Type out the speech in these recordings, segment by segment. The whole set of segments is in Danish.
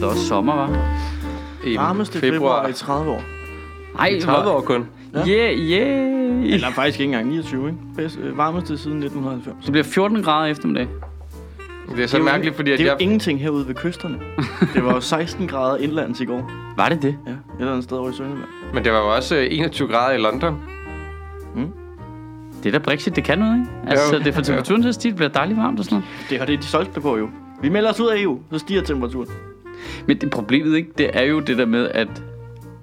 da også sommer, var? I Varmeste februar. februar. februar i 30 år. Ej, I 30 år kun. hvor- Yeah, yeah. Eller faktisk ikke engang 29, ikke? Bedst, øh, varmeste siden 1990. Så bliver 14 grader i eftermiddag. Det er så mærkeligt, fordi at det er jo jeg... ingenting herude ved kysterne. det var jo 16 grader indlands i går. Var det det? Ja, et eller andet sted over i Sønderland. Men det var jo også øh, 21 grader i London. Det der Brexit, det kan noget, ikke? Altså, Jo. det er for temperaturen til at stige, det bliver dejligt varmt og sådan noget. Det har det, de solgte det på jo. Vi melder os ud af EU, så stiger temperaturen. Men det, problemet, ikke, det er jo det der med, at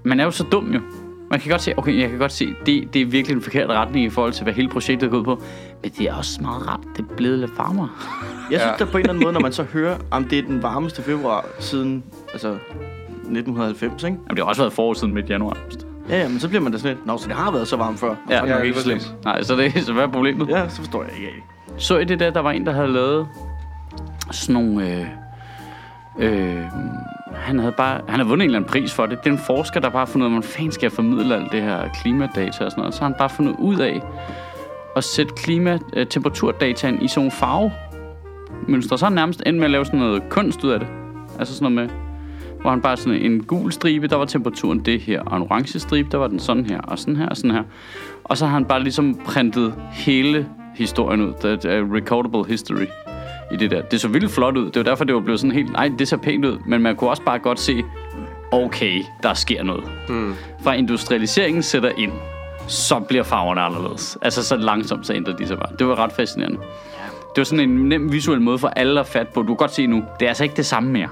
man er jo så dum jo. Man kan godt se, okay, jeg kan godt se, det, det er virkelig den forkerte retning i forhold til, hvad hele projektet går ud på. Men det er også meget rart, det er blevet lidt varmere. Jeg synes Ja. ja. da på en eller anden måde, når man så hører, om det er den varmeste februar siden altså 1990, ikke? Jamen, det har også været forår siden midt januar. Ja, ja, men så bliver man da sådan lidt, nå, så det har været så varmt før. Ja. Og Ja, det er lige ikke så præcis. slemt. Nej, så, det, så hvad er problemet? Ja, så forstår jeg ikke af det. Så I det der, der var en, der havde lavet sådan nogle... Øh, øh, han havde bare han havde vundet en eller anden pris for det. Det er en forsker, der bare har fundet ud af, hvordan fanden skal jeg formidle alt det her klimadata og sådan noget. Så har han bare fundet ud af at sætte klimatemperaturdataan i sådan nogle farvemønstre. Så har han nærmest endt med at lave sådan noget kunst ud af det. Altså sådan noget med, hvor han bare sådan en gul stribe, der var temperaturen det her, og en orange stribe, der var den sådan her, og sådan her, og sådan her. Og så har han bare ligesom printet hele historien ud. Der er recordable history i det der. Det så vildt flot ud. Det var derfor, det var blevet sådan helt... Nej, det ser pænt ud. Men man kunne også bare godt se, okay, der sker noget. Hmm. Mm. Fra industrialiseringen sætter ind, så bliver farverne anderledes. Altså så langsomt, så ændrer de sig bare. Det var ret fascinerende. Det var sådan en nem visuel måde for alle at fatte på. Du kan godt se nu, det er altså ikke det samme mere.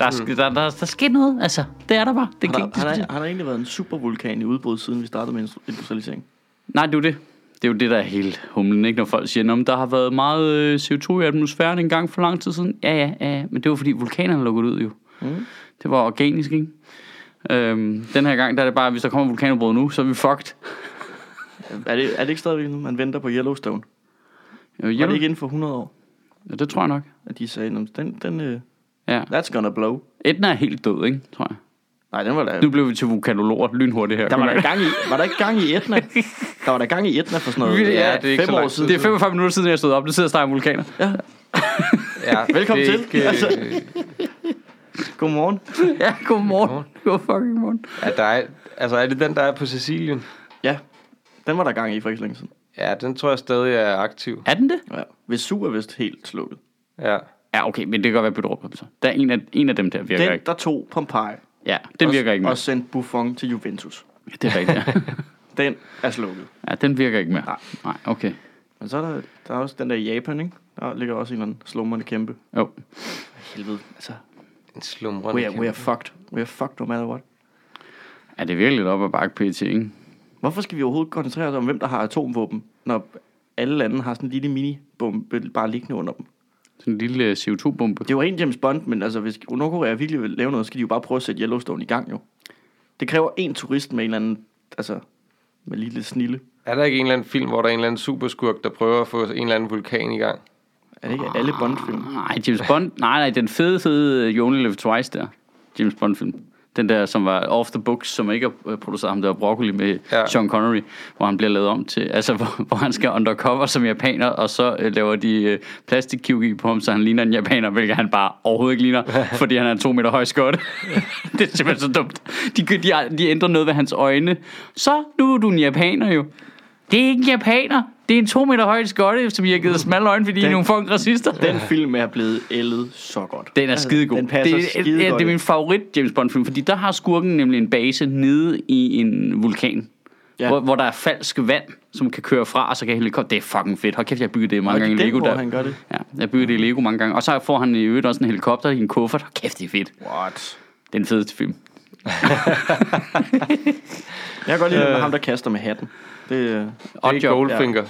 Der, er, sk- der, der, der, der sker noget, altså. Det er der bare. Det kan Hmm. Har der, ikke har, diskuteres. der, har der egentlig været en supervulkan i udbrud, siden vi startede med instru- industrialisering? Nej, det er jo det. Det er jo det, der er helt humlen, ikke? Når folk siger, at der har været meget øh, CO2 i atmosfæren en gang for lang tid siden. Ja, ja, ja. ja. Men det var, fordi vulkanerne lukkede ud, jo. Mm. Det var organisk, ikke? Øhm, den her gang, der er det bare, at hvis der kommer vulkanudbrud nu, så er vi fucked. Er det, er det ikke stadigvæk nu, man venter på Yellowstone? Jo, Var jo. det ikke inden for 100 år, Øh, Ja, det tror jeg nok. at de sagde, "Nå, den, den, uh, Ja. that's gonna blow? Etna er helt død, ikke? Tror jeg. Nej, den var der... Nu blev vi til vulkanologer lynhurtigt her. Der var der gang i, var der ikke gang i Etna? Der var der gang i Etna for sådan Ja, noget. øh, det er ikke fem så år lang tid siden. Det er 45 minutter siden, jeg stod op. Det sidder og snakker om vulkaner. Ja, Velkommen det er til. Ikke, Altså. øh, Godmorgen. Ja, godmorgen. God fucking morgen. ja, der er, altså, er det den, der er på Sicilien? Ja, den var der gang i for ikke så længe siden. Ja, den tror jeg stadig er aktiv. Er den det? Ja. Vesu er vist helt slukket. Ja. Ja, okay, men det kan godt være bytte rum, så. Der er en af, en af dem der virker Den, ikke. der tog Pompeji Ja, den virker ikke mere. og sendte Buffon til Juventus. Ja, Det er rigtigt, ja. Den er slukket. ja den virker ikke mere. Nej. Nej, okay. Men så er der, der er også den der i Japan, ikke? Der ligger også en eller anden slumrende kæmpe. Jo. Helvede, altså. En slumrende We are, we kæmpe. are fucked. We are fucked no matter what. Er det virkelig lidt op ad bakke PT, ikke? Hvorfor skal vi overhovedet koncentrere os om, hvem der har atomvåben, når alle lande har sådan en lille mini-bombe bare liggende under dem? Sådan en lille øh, CO2-bombe. Det var en James Bond, men altså, hvis Nordkorea virkelig vil lave noget, så skal de jo bare prøve at sætte Yellowstone i gang, jo. Det kræver en turist med en eller anden, altså, med lige lidt snille. Er der ikke en eller anden film, hvor der er en eller anden superskurk, der prøver at få en eller anden vulkan i gang? Er det ikke alle Bond-film? Nej, James Bond. Nej, nej, den fede, fede øh, You Only Live Twice der. James Bond-film. Den der, som var off the books, som ikke er øh, produceret af ham, der var broccoli med Ja. ja. Sean Connery, hvor han bliver lavet om til, altså hvor, hvor han skal undercover som japaner, og så øh, laver de øh, plastikkirurgi på ham, så han ligner en japaner, hvilket han bare overhovedet ikke ligner, fordi han er en to meter høj skot. det er simpelthen så dumt. De, de, de ændrer noget ved hans øjne. Så nu er du en japaner jo. Det er ikke en japaner. Det er en to meter høj skotte, som I har givet smalle øjne, fordi I er Den- nogle fucking racister. Den film er blevet ældet så godt. Altså, Den er skidegod. Den passer det, er- skidegod. det, er- det er min favorit James Bond film, fordi der har skurken nemlig en base nede i en vulkan. Ja. Ja. Hvor, hvor der er falsk vand, som kan køre fra, og så kan helikopter. Det er fucking fedt. Hold kæft, jeg har bygget det mange Og det er gange i den, Lego. hvor Der. han gør det. Ja, jeg byggede det i Lego mange gange. Og så får han i øvrigt også en helikopter i en kuffert. Hold kæft, det er fedt. What? Den fedeste film. Jeg kan godt lide den Øh. med ham, der kaster med hatten. Det, øh, Odd Det er job. Goldfinger.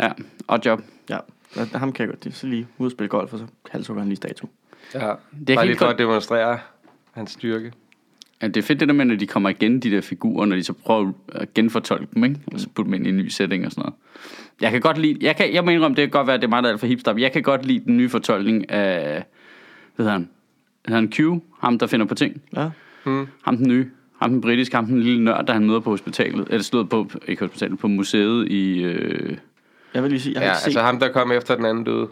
Ja, odd job. ja, Der- ham kan jeg godt. lide. Så lige ud og spille golf, og så halshugger han lige statue. Ja. ja. er Bare lige helt for godt. at demonstrere hans styrke. Ja, det er fedt det der med, når de kommer igen, de der figurer, når de så prøver at genfortolke dem, ikke? Og så putte dem ind i en ny sætning og sådan noget. Jeg kan godt lide, jeg, kan, jeg må indrømme, det kan godt være, at det er mig, der er alt for hipster, men jeg kan godt lide den nye fortolkning af, hvad hedder han? Hedder han Q? Ham, der finder på ting. Ja. Ham den nye. Ham den britiske, ham den lille nørd, der han møder på hospitalet. Eller stod på, ikke hospitalet, på museet i... Øh, Jeg vil lige sige, jeg har Ja, ikke set altså ham, der kom efter den anden døde.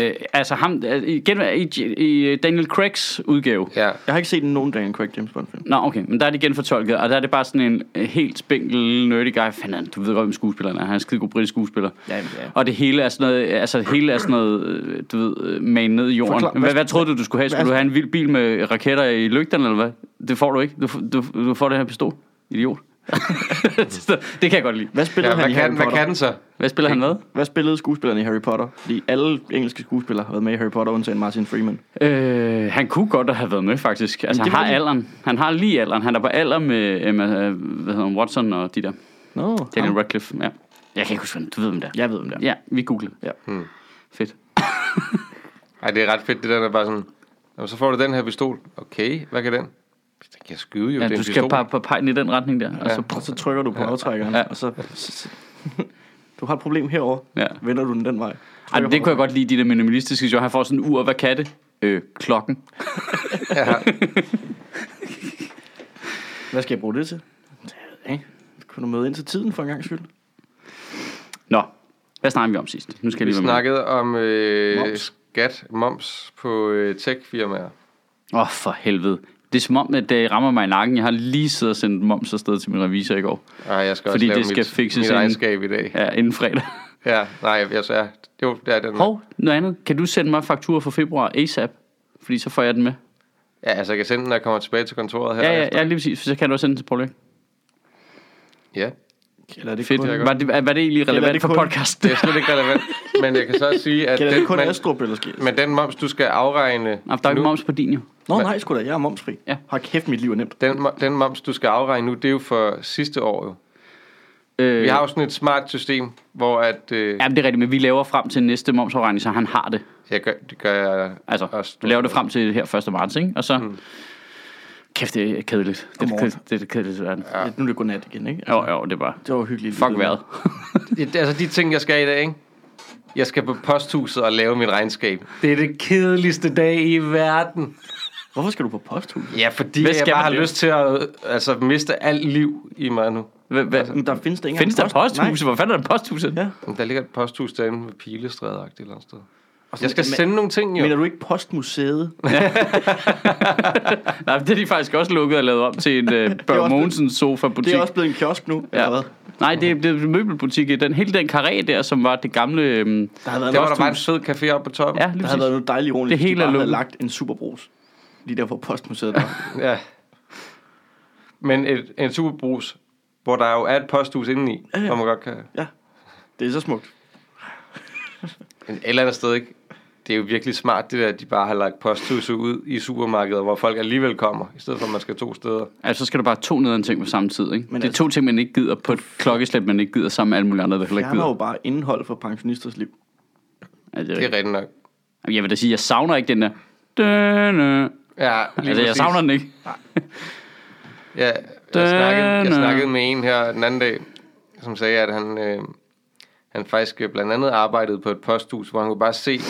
Øh, altså ham, øh, igen, i, i Daniel Craigs udgave. Ja. Jeg har ikke set nogen Daniel Craig James Bond film. Nå, okay, men der er det genfortolket, og der er det bare sådan en øh, helt spinkel, lille nerdy guy. Fanden, er han- du ved godt, hvem skuespilleren er. Han er en skide god britisk skuespiller. Jamen, ja. Og det hele er sådan noget, altså det hele er sådan noget, øh, du ved, øh, man ned i jorden. Forklar- hvad, hvad, hvad- troede du, du skulle have? Skulle du have en vild bil med raketter i lygterne, eller hvad? Det får du ikke. Du, f- du, du får det her pistol. Idiot. det kan jeg godt lide. Hvad ja spillede han hvad, i kan, Harry den- hvad Potter? kan den så? Hvad spiller han med? Hvad spillede skuespillerne i Harry Potter? Fordi alle engelske skuespillere har været med i Harry Potter, undtagen Martin Freeman. Øh, han kunne godt have været med, faktisk. Altså, det han har var det- alderen. Han har lige alderen. Han er på alder med Emma, øh, hvad hedder hun, Watson og de der. Nå, Daniel ham. Radcliffe, ja. Jeg kan ikke huske, hvem- du ved, hvem det er. jeg ved, hvem det er. Ja, vi googlede. Ja. Hmm. Fedt. Ej, det er ret fedt, det der, der bare sådan... Jamen, så får du den her pistol. Okay, hvad kan den? Den kan skyde jo, Ja, det er du en skal pistol. bare på pejlen i den retning der. Og Ja. så, Og så trykker du på aftrækkeren, Ja. og så... Du har et problem herover. Ja. Vender du den den vej. Ej, men det kunne jeg godt lide, de der minimalistiske sjov. Han får sådan en ur, hvad kan det? Øh, klokken. Hvad skal jeg bruge det til? Det ved jeg ikke. Kunne du møde ind til tiden for en gang skyld? Nå, hvad snakker vi om sidst? Nu skal jeg Vi lige være med. snakkede om øh, Moms. skat, moms på øh, tech-firmaer. Åh, oh, for helvede. Det er som om, at det rammer mig i nakken. Jeg har lige siddet og sendt moms afsted til min revisor i går. Ej, jeg skal Fordi også lave det skal mit, fikses mit inden- regnskab i dag. Ja, inden fredag. Ja, nej, jeg, så er, jo, det er den. Hov, noget andet. Kan du sende mig fakturer for februar ASAP? Fordi så får jeg den med. Ja, altså jeg kan sende den, når jeg kommer tilbage til kontoret her. Ja, ja, ja lige præcis. For så kan du også sende den til Paul Lykke. ja. Eller er det Fedt. kun, Var det, var det egentlig relevant Eller er det for kun- podcasten? Det er slet ikke relevant. men jeg kan så også sige, at Gælder det kun men, Astrup eller skidt? men den moms, du skal afregne Nå, der er jo nu, ikke moms på din jo. Nå nej, sgu da, jeg er momsfri. Ja. Har kæft, mit liv er nemt. Den, mo- den moms, du skal afregne nu, det er jo for sidste år jo. Øh, Vi har jo sådan et smart system, hvor at... Øh, Jamen, det er rigtigt, men vi laver frem til næste momsafregning, så han har det. jeg gør, det gør jeg Altså, også. vi laver det frem til her 1. marts, ikke? Og så... Mm. Kæft, det er kedeligt. Det er det, Godmorgen. kedeligt, det, er det kedeligste i verden. Ja. Nu er det godnat igen, ikke? Jo, jo, det er bare... Det var hyggeligt. Fuck vejret. Det, det er altså de ting, jeg skal i dag, ikke? Jeg skal på posthuset og lave mit regnskab. Det er det kedeligste dag i verden. Hvorfor skal du på posthuset? Ja, fordi Hvad jeg skal bare man har lave? lyst til at øh, altså, miste alt liv i mig nu. Hvad, hvad, Men der findes der ikke findes der engang Altså, post- posthuse? Hvor fanden er der posthuse? Ja. Ja. Men Der ligger et posthus derinde med pilestræde et eller andet sted. Nej. Og sådan- Jeg skal men- sende nogle ting, jo. Mener du ikke postmuseet? Nej, det er de faktisk også lukket og lavet om til en uh, Børge også- Mogensens sofa-butik. Det er også blevet en kiosk nu, eller hvad? Nej, det er, det er møbelbutik. i Den, hele den karé der, som var det gamle... Øhm, Der har været Der var der noget, bare en fed café oppe på toppen. ja, lige der har været præcis. noget dejligt ironisk, Det det hele hele de er bare havde lukket. lagt en superbrus. Lige der, hvor postmuseet var. ja. Men et, en superbrus, hvor der jo er et posthus indeni, ja, Ja, ja. ja. hvor man godt kan... ja, det er så smukt. Men et eller andet sted, ikke? Det er jo virkelig smart, det der, at de bare har lagt posthuset ud i supermarkedet, hvor folk alligevel kommer, i stedet for, at man skal to steder. Altså, så skal der bare to nederen ting på samme tid, ikke? Men det er altså- to ting, man ikke gider på et klokkeslæt, man ikke gider sammen med alle mulige andre, der heller ikke Fjerner jo gider. bare indhold for pensionisters liv. Ja, det er Det rigtigt. er rigtigt nok. Jamen, Jeg vil da sige, jeg savner ikke den der... Dønø. Ja, lige Altså, jeg præcis. savner den ikke. Ja, jeg, snakkede, jeg Den er- snakkede med en her den anden dag, som sagde, at han, øh, han faktisk øh, blandt andet arbejdede på et posthus, hvor han kunne bare se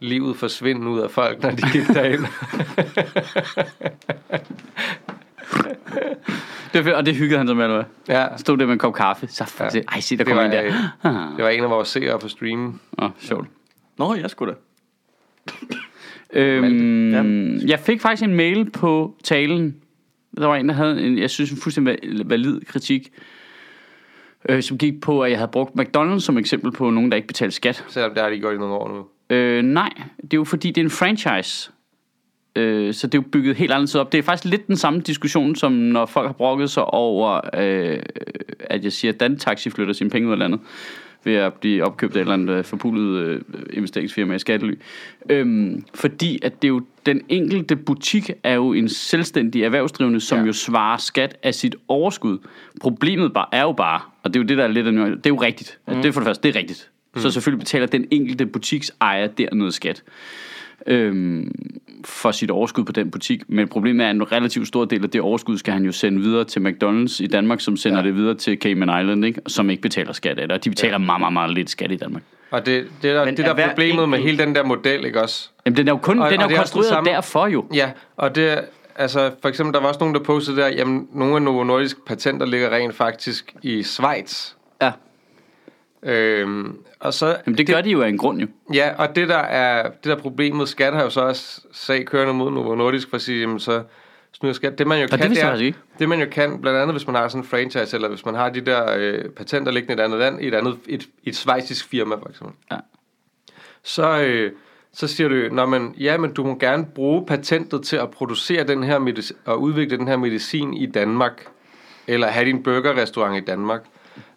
livet forsvinde ud af folk, når de gik derind. Det, er fedt, og det hyggede han sig med, eller hvad? ja, Stod der med en kop kaffe. Så fuck ja. Ja. Ej, se, der det kommer var, en der. Ah. øh, det var en af vores seere på streamen. Åh, oh, sjovt. Nå, jeg skulle da. Øhm, Malte. jeg fik faktisk en mail på talen. Der var en, der havde en, jeg synes, en fuldstændig val- valid kritik, øh, som gik på, at jeg havde brugt McDonald's som eksempel på nogen, der ikke betalte skat. Selvom det har de gjort i nogle år nu. Øh, nej, det er jo fordi, det er en franchise. Øh, så det er jo bygget helt anderledes op. Det er faktisk lidt den samme diskussion, som når folk har brokket sig over, øh, at jeg siger, at Dantaxi flytter sine penge ud af landet ved at blive opkøbt af et eller andet øh, forpullet øh, investeringsfirma i skattely. Øhm, fordi at det er jo, den enkelte butik er jo en selvstændig erhvervsdrivende, som ja. Ja. jo svarer skat af sit overskud. Problemet bare, er jo bare, og det er jo det, der er lidt af nuance- det er jo rigtigt. Mm. Det er for det første, det er rigtigt. Mm. Så selvfølgelig betaler den enkelte butiks ejer der noget skat øhm, for sit overskud på den butik. Men problemet er, at en relativt stor del af det overskud skal han jo sende videre til McDonald's i Danmark, som sender ja. det videre til Cayman Island, ikke? som ikke betaler skat af det. Og de betaler ja. meget, meget, meget lidt skat i Danmark. Og det, det, der, Men det er der hver er problemet med enkelt- hele den der model, ikke også? Jamen, den er jo kun Og- og, den er og jo det er også den konstrueret samme- derfor jo. Ja, og det altså for eksempel, der var også nogen, der postede der, jamen nogle af Novo Nordisk patenter ligger rent faktisk i Schweiz. Ja. Øhm, og så, Jamen, det, det gør de jo af en grund, jo. ja, og det der er det der er problemet, skat har jo så også sag kørende mod Novo Nordisk for at sige, jamen så snyder skat. Det man jo det kan, vidste jeg er, faktisk ikke. det man jo kan, blandt andet hvis man har sådan en franchise, eller hvis man har de der øh, patenter liggende i et andet land, i et andet, et, et svejsisk firma for eksempel. Ja. Så, øh, så siger du, når man, ja, men du må gerne bruge patentet til at producere den her medicin, og udvikle den her medicin i Danmark, eller have din burgerrestaurant i Danmark.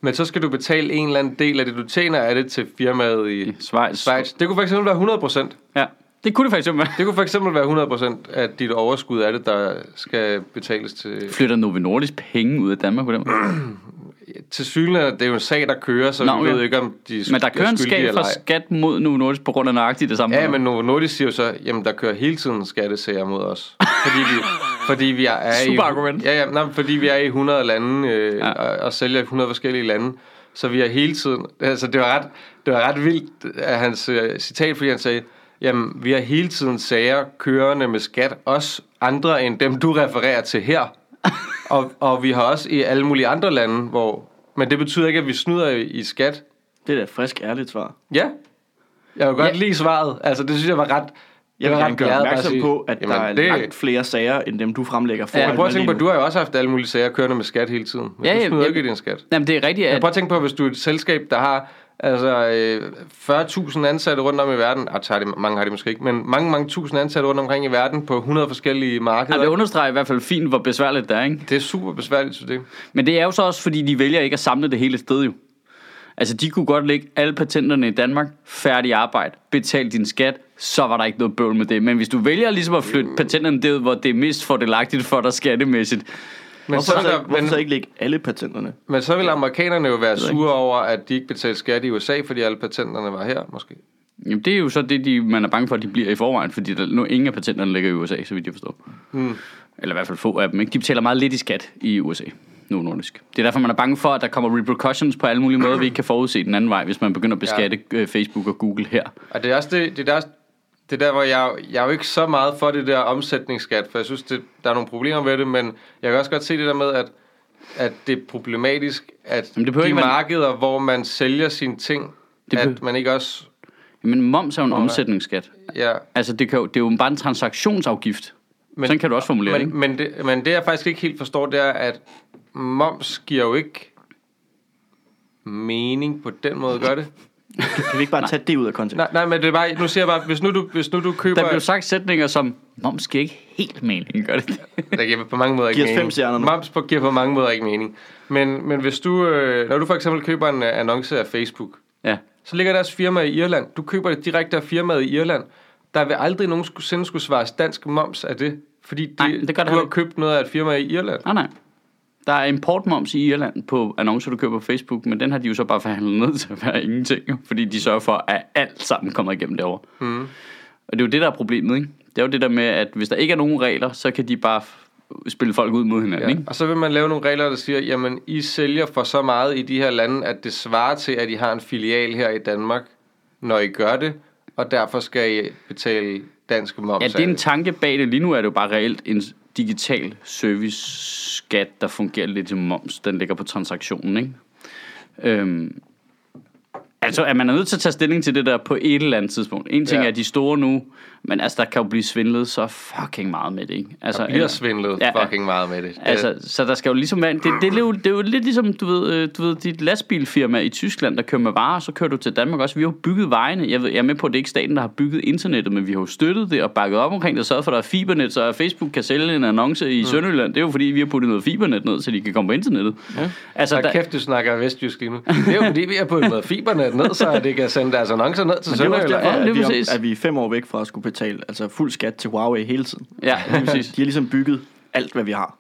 Men så skal du betale en eller anden del af det, du tjener af det til firmaet i, I Schweiz. Schweiz. Altså, Det kunne for eksempel være 100%. Ja, det kunne det faktisk være. Det kunne for eksempel være 100% af dit overskud af det, der skal betales til... Flytter Novo Nordisk penge ud af Danmark på den måde. Til synligheden, det er jo en sag, der kører, så Nå, vi ved okay. ikke, om de er Men der kører en skyldige skat eller fra ej. skat mod Novo Nordisk på grund af nøjagtigt det samme. Ja, men Novo Nordisk siger jo så, jamen der kører hele tiden skattesager mod os. Fordi vi, fordi vi er Super i, argument. Ja, ja, nej, men fordi vi er i 100 lande øh, Ja. ja. og, og, sælger i 100 forskellige lande. Så vi er hele tiden... Altså, det var ret, det var ret vildt af hans øh, citat, fordi han sagde, jamen, vi har hele tiden sager kørende med skat, også andre end dem, du refererer til her. og, og vi har også i alle mulige andre lande, hvor... Men det betyder ikke, at vi snyder i, i skat. Det er da et frisk, ærligt svar. Ja. Jeg vil godt Ja. ja. lide svaret. Altså, det synes jeg var ret... det Jeg vil var gerne ret gøre glad bare at opmærksom sige, på, at jamen, der er det, langt flere sager, end dem du fremlægger for. Ja, men prøv at tænke på, at du har jo også haft alle mulige sager kørende med skat hele tiden. Men Ja, ja, ja, du smider ja. jo ikke i din skat. Jamen, det er rigtigt, Ja, at... prøv at tænke på, hvis du er et selskab, der har altså, øh, 40.000 ansatte rundt om i verden. Ah, tager det, mange har det måske ikke, men mange, mange tusind ansatte rundt omkring i verden på 100 forskellige markeder. Altså, Ja, det det, understreger i hvert fald fint, hvor besværligt det er, ikke? er det er super besværligt, synes jeg. Men det er jo så også, fordi de vælger ikke at samle det hele et sted, jo. Altså, de kunne godt lægge alle patenterne i Danmark, færdig arbejde, betal din skat, så var der ikke noget bøvl med det. Men hvis du vælger ligesom at flytte patenterne derud, hvor det er mest fordelagtigt for dig skattemæssigt, Men Hvorfor, så, vil så, der, hvorfor men, så ikke lægge alle patenterne? men så vil amerikanerne jo være ved jeg sure over, at de ikke betalte skat i USA, fordi alle patenterne var her, måske. jamen, det er jo så det, de, man er bange for, at de bliver i forvejen, fordi der, nu ingen af patenterne ligger i USA, så vidt jeg forstår. Hmm. Eller i hvert fald få af dem, ikke? De betaler meget lidt i skat i USA, nu nordisk. Det er derfor, man er bange for, at der kommer repercussions på alle mulige måder, vi ikke kan forudse den anden vej, hvis man begynder at beskatte ja. Facebook og Google her. Og det er også det, det er der, det er der, hvor jeg, jeg er jo ikke så meget for det der omsætningsskat, for jeg synes, det, der er nogle problemer ved det, men jeg kan også godt se det der med, at, at det er problematisk, at Jamen, det det behøver de ikke være- markeder, hvor man sælger sine ting, Det det behøver- at man ikke også... Men moms er jo en ja. omsætningsskat. Ja, Altså, det, kan jo, det er jo bare en transaktionsafgift. Men, Men- Sådan kan du også formulere det, men, ikke? men, det, men det, jeg faktisk ikke helt forstår, det er, at moms giver jo ikke mening på den måde, gør det? Kan vi ikke bare tage det ud af kontekst? Nej, nej men det er bare, nu siger jeg bare, hvis nu du, hvis nu du køber... Der blev sagt sætninger som, moms giver ikke helt mening, gør det det? Der giver på mange måder ikke Giv os mening. fem stjerner nu. Moms på, giver på mange måder ikke mening. Men, men hvis du, øh, når du for eksempel køber en øh, annonce af Facebook, ja. så ligger deres firma i Irland. Du køber det direkte af firmaet i Irland. Der vil aldrig nogensinde skulle svares dansk moms af det. Fordi de, Nej, det gør der du har ikke. købt noget af et firma i Irland. Nej, nej. Der er importmoms i Irland på annoncer, du køber på Facebook, men den har de jo så bare forhandlet ned til at være ingenting, jo, fordi de sørger for, at alt sammen kommer igennem derovre. Mm. Og det er jo det, der er problemet, ikke? Det er jo det der med, at hvis der ikke er nogen regler, så kan de bare f- spille folk ud mod hinanden, Ja. ikke? Og så vil man lave nogle regler, der siger, jamen I sælger for så meget i de her lande, at det svarer til, at I har en filial her i Danmark, når I gør det. Og derfor skal I betale dansk moms Ja, det er af en tanke bag det. Lige nu er det jo bare reelt en digital service-skat, der fungerer lidt som moms. Den ligger på transaktionen, ikke? Øhm, altså, at man er nødt til at tage stilling til det der på et eller andet tidspunkt. En ting Ja. ja. er de er store nu, men altså, der kan jo blive svindlet så fucking meget med det, ikke? Altså, Der bliver eller- svindlet Ja, ja. fucking meget med det. Det- Altså, så der skal jo ligesom være... Det, det, er jo, det er jo lidt ligesom, du ved, øh, du ved, dit lastbilfirma i Tyskland, der kører med varer, så kører du til Danmark også. Vi har jo bygget vejene. Jeg, ved, jeg er med på, at det er ikke staten, der har bygget internettet, men vi har jo støttet det og bakket op omkring det, sørget for, at der er fibernet, så Facebook kan sælge en annonce i mm. Sønderjylland. Det er jo fordi, vi har puttet noget fibernet ned, så de kan komme på internettet. Ja. Altså, Så der, der... kæft, du snakker vestjysk lige nu. Det er jo fordi, vi har puttet noget fibernet ned, så det kan sende deres annoncer ned til Men det er jo også Sønderjylland. derfor, Ja, lige at vi, præcis. er, at vi er fem år væk fra at skulle betale altså fuld skat til Huawei hele tiden. ja, lige præcis. De har ligesom bygget alt, hvad vi har.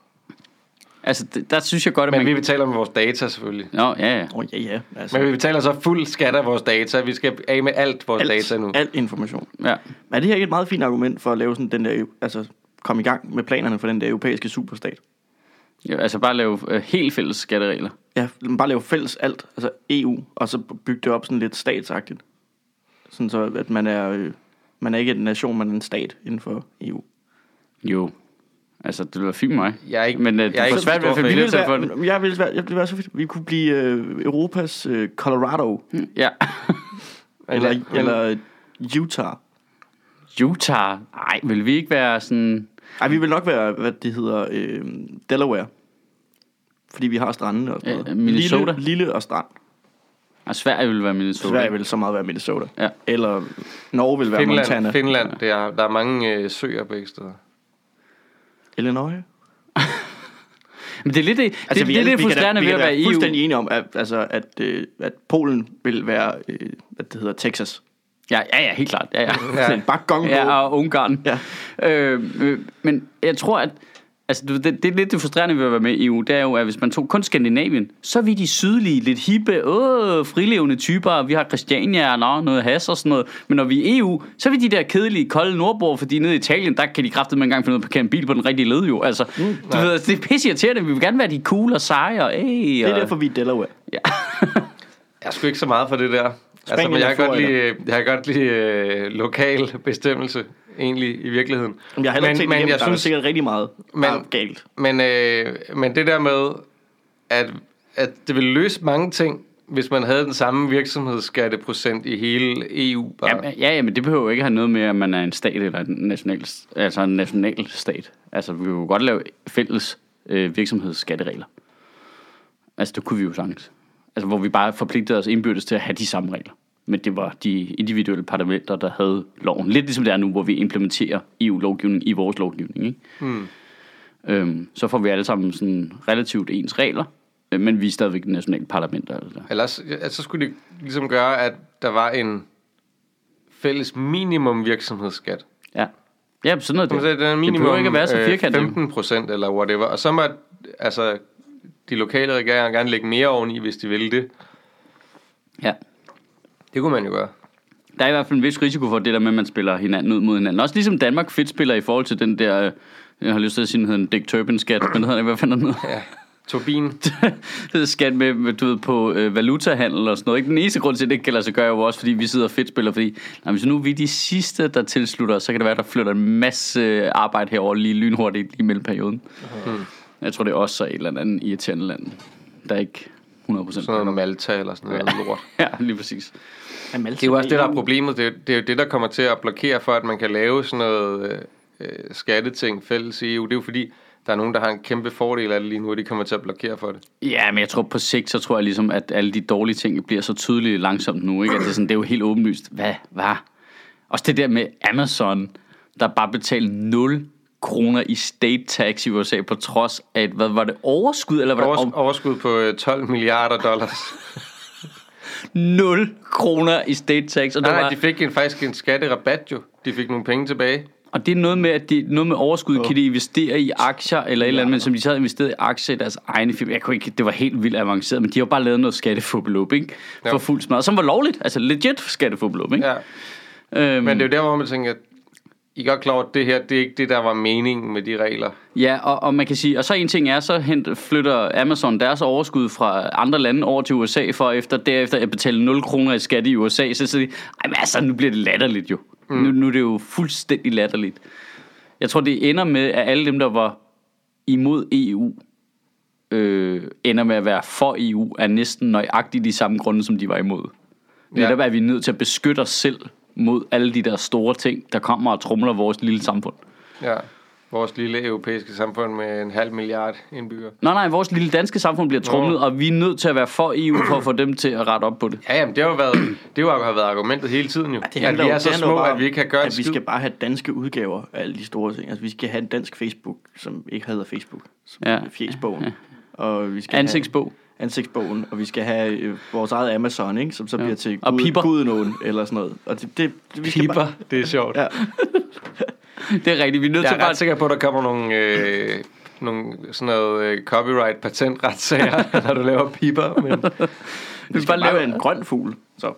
Altså, det- der synes jeg godt, at Men man... vi betaler med vores data selvfølgelig. Nå, ja, ja. Åh, oh, ja, ja. Altså, Men vi betaler så fuld skat af vores data. Vi skal af med alt vores alt. data nu. Al information. ja. Men er det her ikke et meget fint argument for at lave sådan den der, altså komme i gang med planerne for den der europæiske superstat? ja altså, bare lave øh, helt fælles skatteregler. Ja, men bare lave fælles alt, altså EU, og så bygge det op sådan lidt statsagtigt. Sådan så, at E man er, øh, man er ikke en nation, man er en stat inden for EU. Jo. Altså, det ville være fint med mig. Jeg er ikke, Men, øh, jeg du får svært ved at stor finde vildt fan. ville til at få være, jeg ville være, jeg ville være så fedt. Vi kunne blive øh, Europas øh, Colorado, Ja. eller, Men- eller Utah. Utah. Nej, vil vi ikke være sådan... Ej, vi vil nok være, hvad det hedder, øh, Delaware. Fordi vi har strandene og sådan Ja, noget. Minnesota. Lille, lille og strand. Og Sverige vil være Minnesota. Sverige vil så meget være Minnesota. Ja. Eller Norge vil være Finland, Montana. Finland det er, der er mange øh, søer begge steder. Illinois. Men det er lidt det, altså, det, vi, det, er alle- lidt kan da- frustrerende vi ved kan at da være i E EU. fuldstændig enige om, at, altså, at, øh, at Polen vil være, øh, hvad det hedder, Texas. Ja, ja, ja, helt klart. Ja, ja. Ja. Bare gong på. Ja, og Ungarn. Ja. Øh, øh, men jeg tror, at altså, du ved, det, det er lidt det frustrerende ved at være med i EU, det er jo, at hvis man tog kun Skandinavien, så er vi de sydlige, lidt hippe, åh, frilevende typer, vi har Christiania og nå, noget has og sådan noget. Men når vi er i EU, så er vi de der kedelige, kolde nordboer, fordi nede i Italien, der kan de kraftedeme engang finde ud af at parkere en bil på den rigtige led jo. Altså, mm, du ved, altså, det er pisse irriterende, vi vil gerne være de cool og seje og æh, Det er og, derfor, vi er Delaware. Jeg er sgu ikke så meget for det der. Altså, men og jeg kan godt Florida. lide, jeg kan godt lide øh, lokal bestemmelse, egentlig, i virkeligheden. Men jeg har heller ikke men, tænkt men igennem, jeg der synes, er synes, sikkert rigtig meget men, Men- der er galt. men, øh, men det der med, at, at det ville løse mange ting, hvis man havde den samme virksomhedsskatteprocent i hele EU. Bare. Ja, ja, ja, men det behøver jo ikke have noget med, at man er en stat eller en national, altså en national stat. Altså, vi kunne jo godt lave fælles øh, virksomhedsskatteregler. Altså, det kunne vi jo sagtens. Altså, hvor vi bare forpligtede os indbyrdes til at have de samme regler. Men det var de individuelle parlamenter, der havde loven. Lidt ligesom det er nu, hvor vi implementerer EU-lovgivning i vores lovgivning. Ikke? Hmm. Mm. Øhm, så får vi alle sammen sådan relativt ens regler, øh, men vi er stadigvæk nationale parlamenter. Eller der. Ellers altså, så skulle det ligesom gøre, at der var en fælles minimum virksomhedsskat. Ja. Ja, sådan noget. Som der. sagde, den er det minimum behøver ikke at være så øh, firkantet. 15 procent eller whatever. Og så må altså, de lokale regeringer gerne lægge mere oveni, hvis de vil det. Ja. Det kunne man jo gøre. Der er i hvert fald en vis risiko for det der med, at man spiller hinanden ud mod hinanden. Også ligesom Danmark fedt spiller i forhold til den der, øh, jeg har lyst til at sige, den hedder en Dick Turpin-skat, men den hedder hvad fanden den Ja. Turbin. hedder? skat med, med, du ved, på øh, valutahandel og sådan noget. Ikke? Den eneste grund til, at det ikke kan lade sig gøre, er jo også, fordi vi sidder og fedt spiller, fordi nej, hvis nu er vi de sidste, der tilslutter os, så kan det være, der flytter en masse øh, arbejde herover lige lynhurtigt lige mellem perioden. Jeg tror, det er også så et eller andet irriterende land, der er ikke 100% Sådan noget Malta eller sådan noget lort. Ja, lige præcis. Det er jo også det, der er problemet. Det er, det er jo det, der kommer til at blokere for, at man kan lave sådan noget øh, øh, skatteting fælles i EU. Det er jo fordi, der er nogen, der har en kæmpe fordel af det lige nu, og de kommer til at blokere for det. Ja, men jeg tror på sigt, så tror jeg ligesom, at alle de dårlige ting bliver så tydelige langsomt nu. Ikke? At det, er sådan, det er jo helt åbenlyst. Hvad? Hvad? Også det der med Amazon, der bare betalte 0 kroner i state tax i USA, på trods af, et- hvad var det, overskud? Eller var det Overs, om overskud på øh, 12 milliarder dollars. 0 kroner i state tax? Og, der Nej, nej, var, de fik en, faktisk en skatterabat jo. De fik nogle penge tilbage. og det er noget med, at de, noget med overskud, kan de investere i aktier eller et eller andet, men som de så havde investeret i aktier i deres egne firma. Jeg kunne ikke, det var helt vildt avanceret, men de har jo bare lavet noget skattefubbelup, ikke? For Jo. fuld smad, som var lovligt, altså legit skattefubbelup, ikke? Ja. Øhm, Men det er jo der, hvor man tænker, at I er godt klar over, at det her, det er ikke det, der var meningen med de regler. Ja, og, og man kan sige, og så en ting er, så hent, flytter Amazon deres overskud fra andre lande over til USA, for efter derefter at betale 0 kroner i skat i USA, så siger de, "Ej, men altså, nu bliver det latterligt jo. Mm. Nu, nu er det jo fuldstændig latterligt. Jeg tror, det ender med, at alle dem, der var imod EU, øh, ender med at være for EU, er næsten nøjagtigt de samme grunde, som de var imod. Ja. Netop er vi nødt til at beskytte os selv mod alle de der store ting, der kommer og trumler vores lille samfund. Ja. Vores lille europæiske samfund med en halv milliard indbyggere. Nej, nej, vores lille danske samfund bliver trumlet, og vi er nødt til at være for EU for at få dem til at rette op på det. Ja, jamen, det har jo været, det har jo været argumentet hele tiden jo. Det at handler vi jo- er så det handler jo små, bare om, at vi ikke kan gøre en at vi skid. skal bare have danske udgaver af alle de store ting. Altså, vi skal have en dansk Facebook, som ikke hedder Facebook. Som Ja. ja. Fjesbogen. Ja. Og vi skal Ansigtsbog. Have ansigtsbogen, og vi skal have øh, vores eget Amazon, ikke? som så bliver til Og piber. Gudenåen eller sådan noget. Og det, det, det vi skal Piber, bare, det er sjovt. Ja. Det er rigtigt, vi er nødt Jeg til er bare ret at sikker på, at der kommer nogle, øh, nogle sådan noget øh, copyright patentretssager, når du laver piber. Men, vi vi skal skal bare lave lave en grøn fugl, så.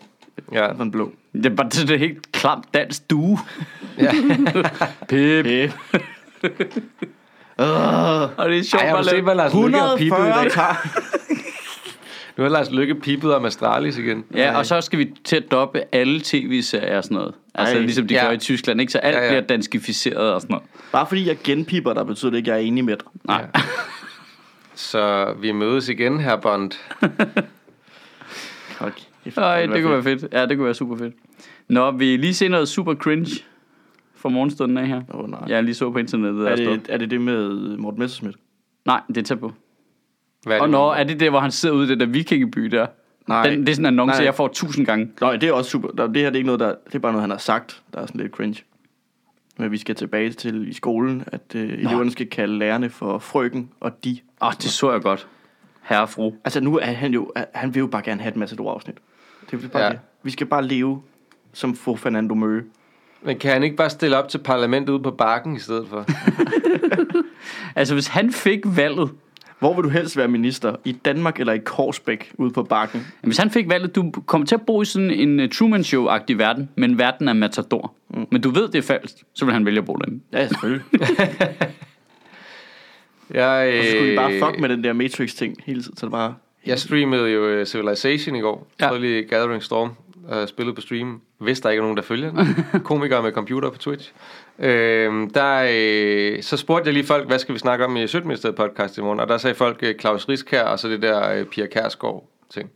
ja. Og en blå. Det er bare det er helt klamt dansk due. ja. Pip. Øh. Øh. Og det er sjovt Ej, bare har du at set, hvad lave... Lars Lykke har pibet i dag? 140 tar. Nu har Lars Lykke pipet om Astralis igen. Ja, og så skal vi til at doppe alle tv-serier og sådan noget. Altså Ej. ligesom de Ja. gør i Tyskland, ikke? Så alt Ja, ja, ja. ja. bliver danskificeret og sådan noget. Bare fordi jeg genpiper dig, betyder det ikke, at jeg er enig med dig. Nej. Så vi mødes igen, her Bond. Hold kæft, Nej, det, ville kunne være være fedt. Ja, det kunne være super fedt. Nå, vi lige se noget super cringe fra morgenstunden af her. fedt. Åh, nej. Jeg lige så på internettet. Er der stod. det, er det det med Morten Messerschmidt? Nej, det er tæt på. Hvad er Og det? nå, er det der, hvor han sidder ude i den der vikingeby der? Nej. Den, det er sådan en annonce, Nej. jeg får tusind gange. Nej, det er også super. Nå, Det her det er ikke noget, der, det er bare noget, han har sagt, der er sådan lidt cringe. Men vi skal tilbage til i skolen, at øh, eleverne skal kalde lærerne for frøken og de. Åh, oh, det så jeg godt. Herre og fru. Altså nu er han jo, han vil jo bare gerne have et masse afsnit. Det er bare Ja. ja. det. Vi skal bare leve som fru Fernando Møge. Men kan han ikke bare stille op til parlamentet ude på bakken i stedet for? Altså, hvis han fik valget... Hvor vil du helst være minister? I Danmark eller i Korsbæk ude på bakken? Jamen, Hvis han fik valget, du kommer til at bo i sådan en øh, Truman Show-agtig verden, men verden er matador. Mm. Men du ved, det er falsk, så vil han vælge at bo derinde. Ja, selvfølgelig. Jeg, Og så skulle de øh, bare fuck med den der Matrix-ting hele tiden, så det bare... Jeg streamede jo øh, Civilization i går. Ja. Ja. Så lige Gathering Storm og spillede på stream. Hvis der ikke er nogen, der følger den. Komikere med computer på Twitch. Øhm, der, øh, så spurgte jeg lige folk, hvad skal vi snakke om i Sødministeriet podcast i morgen? Og der sagde folk øh, Claus Riskær og så det der øh, Pia Kærsgaard ting.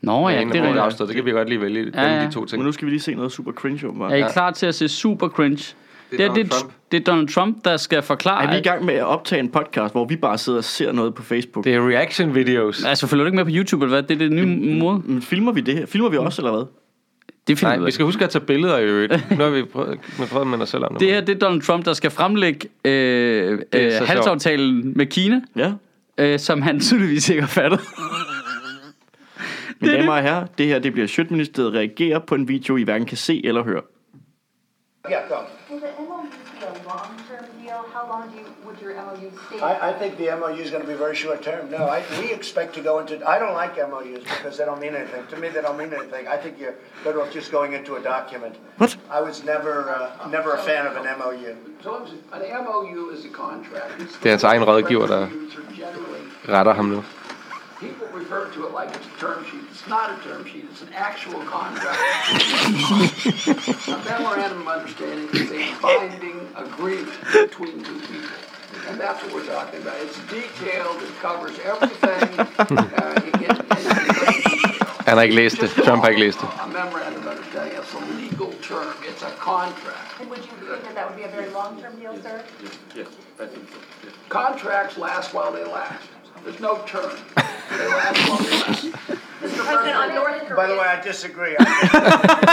Nå ja, Den det ene er rigtigt. er Morten Raunstedt. Det kan vi godt lige vælge ja, Ja, ja. ja. de to ting. Men nu skal vi lige se noget super cringe, åbenbart. Er I Ja. Ja. klar til at se super cringe? er Det er, Donald det, Trump. det er Donald Trump, der skal forklare... Er vi i gang med at optage en podcast, hvor vi bare sidder og ser noget på Facebook? Det. Det er reaction videos. at- Altså, følger du ikke med på YouTube, eller hvad? Det er det nye måde. Men filmer vi det her? Filmer Mm. vi også, eller hvad? Det finder Nej, vi ud vi af. skal huske at tage billeder i øvrigt. Nu har vi prøvet, vi har prøvet med os selv om Det her, det er Donald Trump, der skal fremlægge øh, er øh, så sjovt. handelsaftalen med Kina, Ja. øh, som han tydeligvis ikke har fattet. Mine damer og herrer, det her det bliver Sjøtministeriet reagerer på en video, I hverken kan se eller høre. Yeah, go. Is an MOU deal a long-term deal? How long do you, would your MOU stay? I, I think the MOU is going to be very short term. No, I, we expect to go into, I don't like MOUs because they don't mean anything. To me, they don't mean anything. I think you're better off just going into a document. What? I was never, uh, never a fan of an MOU. As long as an MOU is a contract. it's- Det er hans egen rådgiver, der- Generally, Retter ham nu. People refer to it like it's a term sheet. It's not a term sheet. It's an actual contract. a memorandum of understanding is a binding agreement between two people. And that's what we're talking about. It's detailed. It covers everything. uh, it, it, it, it, Han har ikke læst det. Trump har ikke læst det. A memorandum of understanding, it's a legal term. It's a contract. And would you agree that that would be a very long-term deal, sir? Contracts last while they last. There's no term. They last while they last. Mr. President, on North Korea... By the way, I disagree.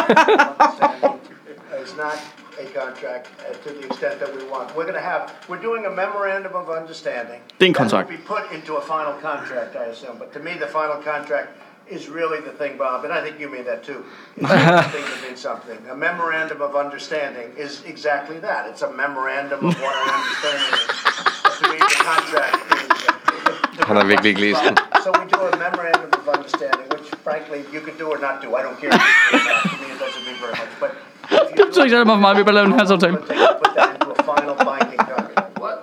I think It's not a contract uh, to the extent that we want. We're going to have, we're doing a memorandum of understanding. Det er en That kontrakt. will be put into a final contract, I assume. But to me, the final contract is really the thing, Bob, and I think you mean that too. It's the thing that means something. A memorandum of understanding is exactly that. It's a memorandum of what our understanding is. But To me, the contract is. Han har virkelig ikke læst den. So we do a memorandum of understanding, which frankly, you could do or not do, I don't care. To me, it doesn't mean very much, but. Det betyder ikke særlig meget for mig, vi har bare lavet en handelsaftale. Put that- put that into a final binding document. What?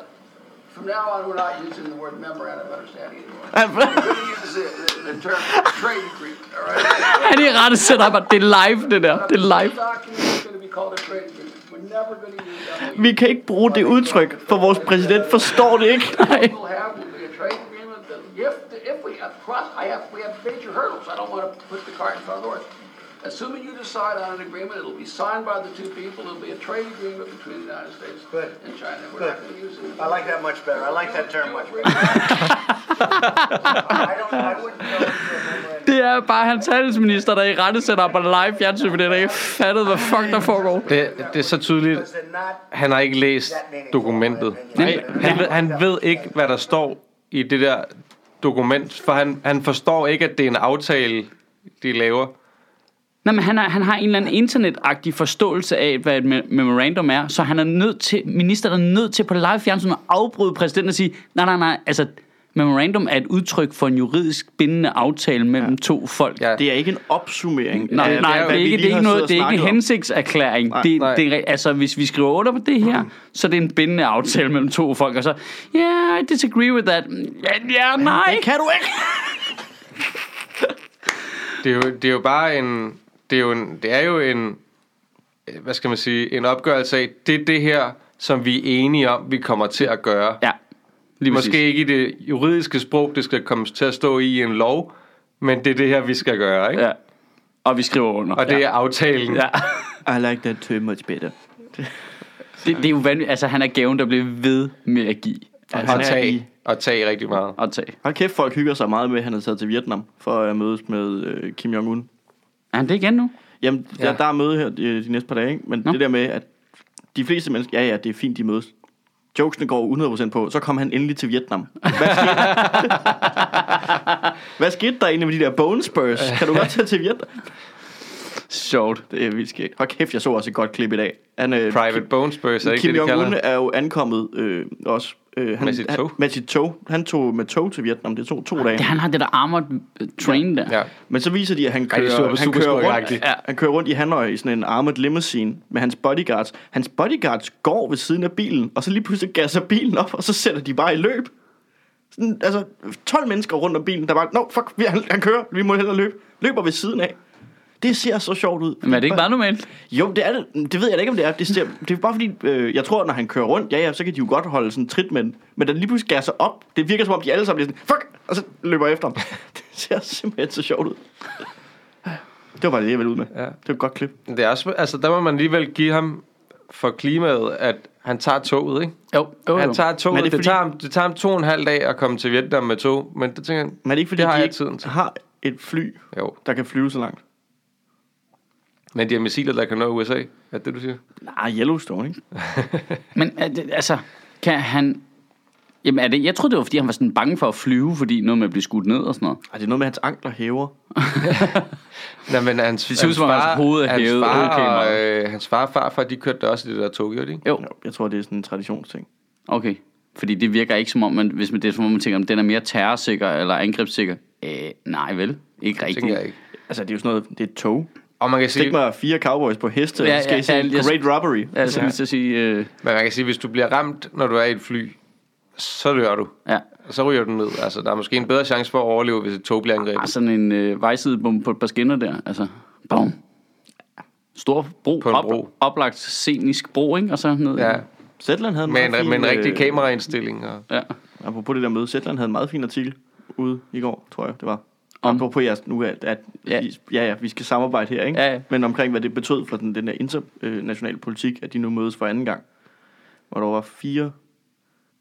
From now on, we're not using the word memorandum of understanding anymore. We're going to use the, the, the term trade agreement, all right? Han er rette sætter ham, det er live, det der. Det er live. This document is going to be called a trade agreement. We're never going to use that. Vi kan ikke bruge det udtryk, for vores præsident forstår det ikke. We'll have will be a trade agreement that if, if we have cross, I have, we have major hurdles. I don't want to put the cart in front of the horse. Assuming you decide on an agreement, it'll be signed by the two people. It'll be a trade agreement between the United States Good. and China. We're not going to use it. I like that much better. I like that term much better. I don't, I wouldn't go into a memorandum. Det er bare hans handelsminister, der i rette sætter ham på live fjernsyn, fordi der ikke fattede, hvad fuck der foregår. Det, det er så tydeligt, Because they're not Han har ikke læst that meaningful. dokumentet. Nej. Han, ved- han ved ikke, hvad der står i det der dokument, for han, han forstår ikke, at det er en aftale, de laver. Nej, men han, er, han har en eller anden internetagtig forståelse af, hvad et me- memorandum er, så han er nødt til, ministeren er nødt til på live fjernsyn at afbryde præsidenten og sige, nej, nej, nej, altså, memorandum er et udtryk for en juridisk bindende aftale mellem ja. to folk. Ja. Ja. Det er ikke en opsummering. Nej, af, ja, nej, det er, hvad vi ikke, lige det er har ikke noget, siddet det er ikke og en snakket om. hensigtserklæring. Det, nej. det er, altså, hvis vi skriver under på det her, så er det en bindende aftale mellem to folk, og så, ja, yeah, I disagree with that. Ja, ja nej. Det kan du ikke. det er jo, det er jo bare en, det er jo en, det er jo en, øh, hvad skal man sige, en opgørelse af, det er det her, som vi er enige om, vi kommer til at gøre. Ja, lige Måske præcis. ikke i det juridiske sprog, det skal komme til at stå i en lov, men det er det her, vi skal gøre, ikke? Ja. Og vi skriver under. Og det ja. er aftalen. Ja. I like that too much better. Det, det er jo vanvittigt. Altså, han er gaven, der bliver ved med at give. Altså, Og tag, og tag rigtig meget. Og tag. Hold kæft, folk hygger sig meget med, at han er taget til Vietnam for at mødes med øh, Kim Jong-un. Er han det igen nu? Jamen, ja. Ja. der, der er møde her øh, de, de næste par dage, ikke? men Nå. det der med, at de fleste mennesker, ja ja, det er fint, de mødes. Jokesene går 100% på, så kom han endelig til Vietnam. Hvad skete, Hvad skete der egentlig med de der bone spurs? Kan du godt tage til Vietnam? Sjovt. Det er vildt skægt. Hold kæft, jeg så også et godt klip i dag. Han, øh, Private Bone Spurs, er det ikke Kim, Kim det, de kalder Jong-un det? er jo ankommet øh, også. Øh, han, Med sit tog. Han, med sit tog. Han tog med tog til Vietnam, det tog to dage. Det, han har det der armored øh, train der. Ja. Men så viser de, at han det er kører, super- han super kører, rundt, skurkagtigt. ja. han kører rundt i Hanoi i sådan en armored limousine med hans bodyguards. Hans bodyguards går ved siden af bilen, og så lige pludselig gasser bilen op, og så sætter de bare i løb. Sådan, altså 12 mennesker rundt om bilen, der bare, no fuck, vi, han, han kører, vi må hellere løbe. Løber ved siden af. Det ser så sjovt ud. Men er det ikke meget normalt? Jo, det er det. Det ved jeg da ikke, om det er. Det, ser, det er bare fordi, øh, jeg tror, når han kører rundt, ja, ja, så kan de jo godt holde sådan trit med den. Men da den lige pludselig gasser op, det virker som om, de alle sammen bliver sådan, fuck, og så løber jeg efter ham. det ser simpelthen så sjovt ud. Det var bare det, jeg ville ud med. Ja. Det var et godt klip. Det er også, altså, der må man alligevel give ham for klimaet, at han tager toget, ikke? Jo, jo, jo. Han tager Men toget. er Det, det, det fordi- tager ham, det tager ham to og en halv dag at komme til Vietnam med tog, men det tænker jeg, Men er det ikke, fordi det har de jeg ikke tiden til. har et fly, Jo, der kan flyve så langt? men de har missiler, der kan nå USA. Er det det, du siger? Nej, Yellowstone, ikke? Men er det, altså, kan han... Jamen, er det, jeg troede, det var, fordi han var sådan bange for at flyve, fordi noget med at blive skudt ned og sådan noget. Ej, det er noget med, at hans ankler hæver. Nej, men hans, Det ser ud, som om hans hoved er hans hævet far, af og, kameraet. øh, hans far og farfar, de kørte da også i det der tog, gjorde de ikke? Jo, Jo, jeg tror, det er sådan en traditionsting. okay. Fordi det virker ikke som om, man, hvis man, det er som om, man tænker, om den er mere terrorsikker eller angrebssikker. Øh, nej vel, ikke Det tænker jeg rigtigt. ikke. Altså, det er jo sådan noget, det er et tog. Og man kan sige, Stik mig fire cowboys på heste, ja, og så skal ja, I se ja, jeg- Great Robbery. Altså, ja. så at sige, øh, men man kan sige, hvis du bliver ramt, når du er i et fly, så dør du. ja. Så ryger du ned. Altså, der er måske en bedre chance for at overleve, hvis et tog bliver angrebet. Ah, sådan en øh, vejsidebom på et par skinner der. Altså, bum. Stor bro, På en bro. oplagt scenisk bro, ikke? Og så ned. Ja, Zetland havde en med en, meget fin, med en rigtig øh, kameraindstilling. Og... ja. Apropos det der møde, Zetland havde en meget fin artikel ude i går, tror jeg, det var. Om? Om? Apropos jeres, nu at, at Ja. ja. I, ja, ja, vi skal samarbejde her, ikke? Ja, ja. Men omkring, hvad det betød for den, den der internationale politik, at de nu mødes for anden gang. Hvor der var fire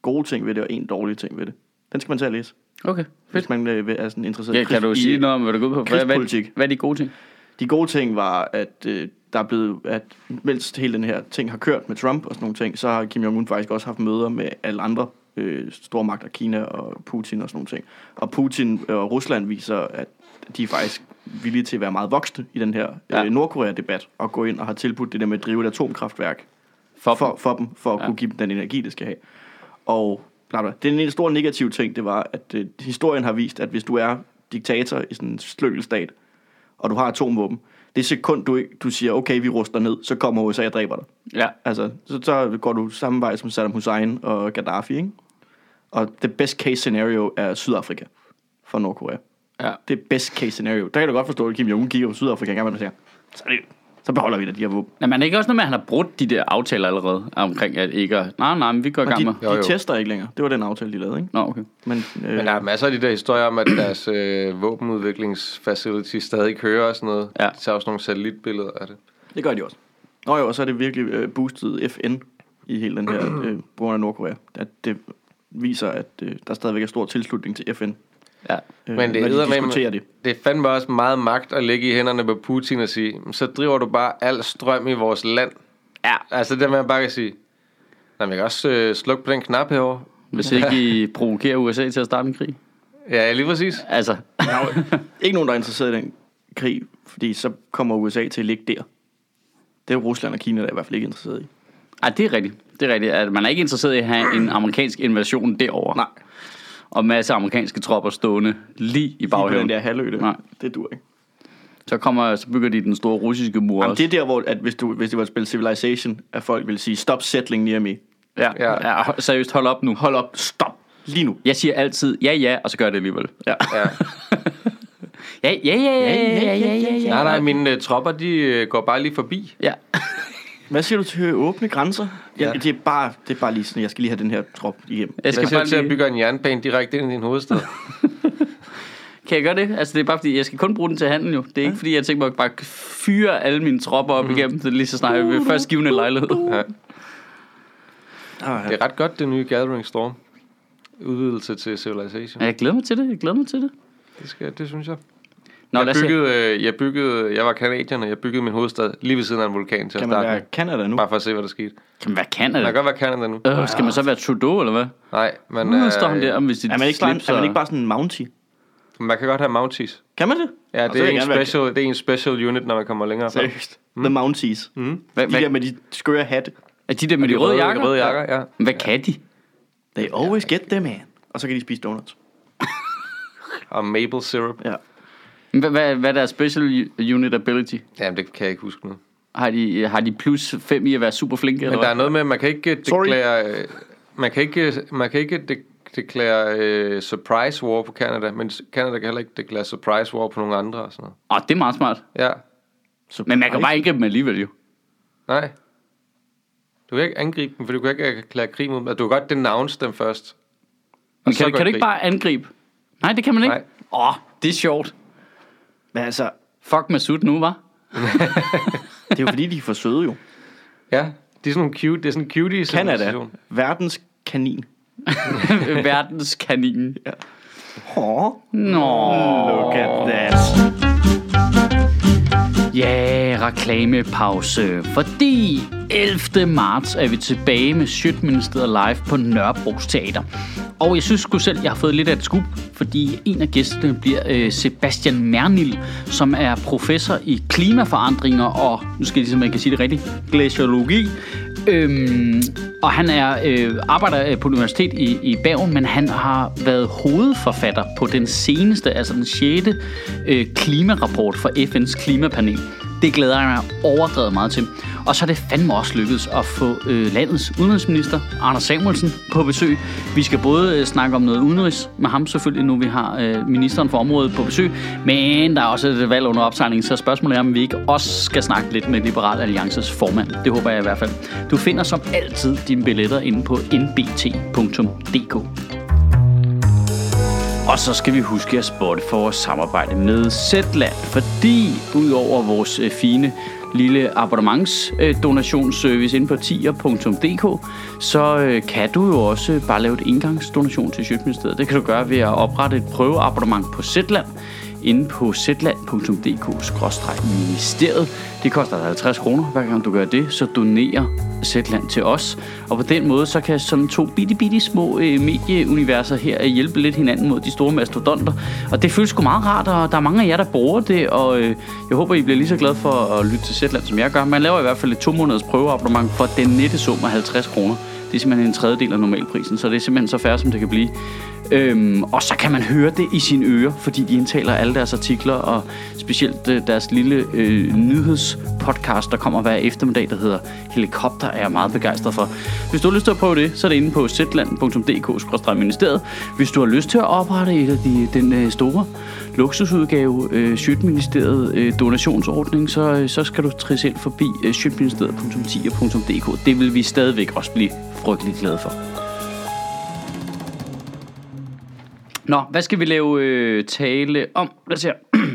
gode ting ved det, og en dårlig ting ved det. Den skal man tage at læse, Okay, fedt. hvis man øh, er sådan interesseret Ja, kan krig- du sige noget om, hvad du går ud på? Hvad, hvad, krigspolitik. hvad er de gode ting? De gode ting var, at øh, der er blevet, at mens hele den her ting har kørt med Trump og sådan nogle ting, så har Kim Jong-un faktisk også haft møder med alle andre øh, stormagter, Kina og Putin og sådan nogle ting. Og Putin og Rusland viser, at de er faktisk villige til at være meget voksne i den her Ja. øh, Nordkorea-debat, og gå ind og har tilbudt det der med at drive et atomkraftværk For for, for dem, for at Ja. ja. kunne give dem den energi, det skal have. Og bla bla. den ene store negative ting, det var, at øh, historien har vist, at hvis du er diktator i sådan en sløkkelstat, og du har atomvåben, det sekund, du, ikke, du siger, okay, vi ruster ned, så kommer USA og dræber dig. Ja, Altså, så, så går du samme vej som Saddam Hussein og Gaddafi, ikke? Og the best case scenario er Sydafrika for Nordkorea. ja. Det er best case scenario. Der kan du godt forstå, at Kim Jong-un kigger på Sydafrika, og gerne vil sige, så, er det- så beholder vi da de her våben. Nej, men er det ikke også noget med, at han har brudt de der aftaler allerede omkring, at ikke er... Nej, nej, men vi går i Og gang de, med... Jo, de jo. tester ikke længere. Det var den aftale, de lavede, ikke? Nå, okay. Men, øh, Men der er masser af de der historier om, at deres øh, våbenudviklingsfacility stadig kører og sådan noget. Ja. De tager også nogle satellitbilleder af det. det gør de også. Nå jo, og så er det virkelig øh, boostet FN i hele den her øh, på grund af Nordkorea. At det viser, at øh, der stadigvæk er stor tilslutning til FN. Ja. Øh, Men det, når er de med, diskuterer det. det er fandme også meget magt at ligge i hænderne på Putin og sige, "Men så driver du bare al strøm i vores land. Ja. Altså det man bare kan sige, nej, men jeg kan også øh, slukke på den knap herovre. Hvis ikke I provokerer USA til at starte en krig. Ja, lige præcis. Altså, Ikke nogen, der er interesseret i den krig, fordi så kommer USA til at ligge der. Det er Rusland og Kina, der er i hvert fald ikke interesseret i. ej, det er rigtigt. Det er rigtigt. At man er ikke interesseret i at have en amerikansk invasion derover. Nej. Og masser af amerikanske tropper stående lige i Lige på baghaven. den der halvø, der. Nej. det dur ikke. Så, kommer, så bygger de den store russiske mur Jamen, også. det er der, hvor at hvis, du, hvis det var et spil Civilization, at folk ville sige, stop settling near me. Ja. Ja. ja. ja. Seriøst, hold op nu. Hold op, stop, lige nu. Jeg siger altid ja, ja, og så gør jeg det alligevel. Ja. Ja. Ja, ja, ja, ja, ja, ja, ja, ja. Nej, nej, mine øh, tropper, de øh, går bare lige forbi. Ja. Hvad siger du til åbne grænser? Ja. Ja. Det, er bare, det er bare lige sådan, jeg skal lige have den her trop igennem. Jeg Hvad skal siger bare du til at lige... bygge en jernbane direkte ind i din hovedstad? Kan jeg gøre det? Altså, det er bare fordi, jeg skal kun bruge den til handel jo. Det er ikke fordi, jeg tænker mig at bare fyre alle mine tropper op igennem, så lige så snart jeg vil først give en lejlighed. Ja. Ah, Det er ret godt, det nye Gathering Storm. Udvidelse til Civilization. Ja, jeg glæder mig til det, jeg glæder mig til det. Det, skal, det synes jeg. Nå, lad jeg, os se. byggede, øh, jeg byggede, jeg var kanadier, og jeg byggede min hovedstad lige ved siden af en vulkan til at Kan man starte være med. Canada nu? Bare for at se, hvad der skete. Jamen, hvad kan det? Man kan godt være Canada nu. Øh, skal man så være Trudeau, eller hvad? Nej, men... øh, Nu står han der, om hvis de Er man ikke, bare, slipser. er man ikke bare sådan en mountie? Man kan godt have Mounties. Kan man det? Ja, det Nå, så vil er, jeg en gerne være- special, det er en special unit, når man kommer længere frem. Seriøst. The Mounties. Mm. Hvad, De der hvad, med de skøre hatte. er de der med de, De røde, jakker? Røde jakker, ja. Hvad kan de? They always get them, man. Og så kan de spise donuts. Og maple syrup. Ja. Hvad, hvad, hvad er deres special u- unit ability? Jamen, det kan jeg ikke huske nu. Har de, har de plus 5 i at være super flinke? Eller Men der er hvad? noget med, man kan ikke øh, Sorry. deklare... øh, Man kan ikke, øh, man kan ikke dek- deklare øh, surprise war på Canada, men Canada kan heller ikke deklare surprise war på nogen andre og sådan noget. Åh, det er meget smart. Ja, Så Men man kan bare ikke dem alligevel jo. nej. Du kan ikke angribe dem, for du kan ikke erklære krig mod dem. Altså, Du kan godt denounce dem først. Men så kan, du- går kan du ikke krig. bare angribe? Nej, det kan man ikke. Nej. Åh, det er sjovt. Men altså, Fuck med sut nu, var. det er jo fordi, de er for søde jo. Ja, det er sådan nogle cute, det er sådan en cutie Canada, civilisation. verdens kanin. Verdens kanin. Åh, Nå. look at that. Ja, reklamepause. Fordi 11. marts er vi tilbage med Sjøtministeriet Live på Nørrebro's Teater. Og jeg synes sgu selv, jeg har fået lidt af et skub, fordi en af gæsterne bliver øh, Sebastian Mernil, som er professor i klimaforandringer og, nu skal jeg lige se, om jeg kan sige det rigtigt, glaciologi. Øhm, og han er øh, arbejder øh, på universitet i, i Bergen, men han har været hovedforfatter på den seneste, altså den 6. Øh, klimarapport for FN's klimapanel. Det glæder jeg mig overdrevet meget til. Og så er det fandme også lykkedes at få øh, landets udenrigsminister, Anders Samuelsen, på besøg. Vi skal både øh, snakke om noget udenrigs med ham selvfølgelig, nu vi har øh, ministeren for området på besøg, men der er også et valg under opsejling, så spørgsmålet er, om vi ikke også skal snakke lidt med Liberal Alliances formand. Det håber jeg i hvert fald. Du finder som altid dine billetter inde på nbt.dk. Og så skal vi huske at spotte for vores samarbejde med Zetland, fordi udover vores øh, fine lille abonnementsdonationsservice inde på tier.dk, så øh, kan du jo også bare lave et engangsdonation til Sjøtministeriet. Det kan du gøre ved at oprette et prøveabonnement på Zetland inde på zetland.dk-ministeriet. Det koster dig 50 kroner, hver gang du gør det, så donerer Zetland til os. Og på den måde, så kan sådan to bitte, bitte små øh, medieuniverser her øh, hjælpe lidt hinanden mod de store mastodonter. Og det føles sgu meget rart, og der er mange af jer, der bruger det, og øh, jeg håber, I bliver lige så glade for at lytte til Zetland, som jeg gør. Man laver i hvert fald et to måneders prøveabonnement for den nette sum af 50 kroner. Det er simpelthen en tredjedel af normalprisen, så det er simpelthen så færre, som det kan blive. Øhm, og så kan man høre det i sine ører, fordi de indtaler alle deres artikler, og specielt øh, deres lille øh, nyhedspodcast, der kommer hver eftermiddag, der hedder Helikopter, er jeg meget begejstret for. Hvis du har lyst til at prøve det, så er det inde på zland.dk-ministeriet. Hvis du har lyst til at oprette et af de, den øh, store luksusudgave, øh, Sjøtministeriet øh, donationsordning, så, øh, så skal du trisse ind forbi øh, sjøtministeriet.10.dk. Det vil vi stadigvæk også blive frygtelig glade for. Nå, hvad skal vi lave øh, tale om? Lad os se her. Hvad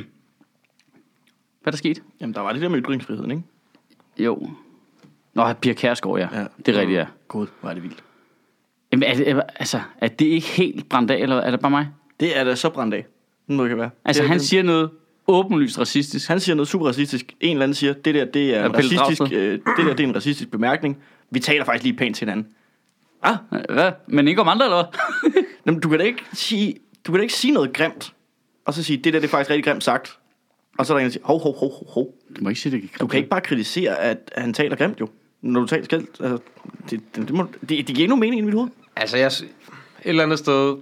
er der sket? Jamen, der var det der med ytringsfriheden, ikke? Jo. Nå, Pia Kærsgaard, ja. ja. Ja. Det er rigtigt, ja. Gud, hvor er det vildt. Jamen, er det, er- altså, er det ikke helt brændt af, eller er det bare mig? Det er da så brændt af. Den måde det kan være. Altså, det, er- han det, siger noget åbenlyst racistisk. han siger noget super racistisk. En eller anden siger, det der, det er, Er en Pelle racistisk, Dragsted? øh, det der, det er en racistisk bemærkning. Vi taler faktisk lige pænt til hinanden. Hvad? Men ikke om andre, eller hvad? Jamen, du kan da ikke sige, du kan da ikke sige noget grimt, og så sige, det der, det er faktisk rigtig grimt sagt. Og så er der en, der siger, hov, hov, hov, hov, hov. Du må ikke sige, det gik Du kan ikke bare kritisere, at han taler grimt jo. Når du taler skældt, altså, det, det, det, må, det, det giver ikke nogen mening i mit hoved. Altså, jeg, s- et eller andet sted,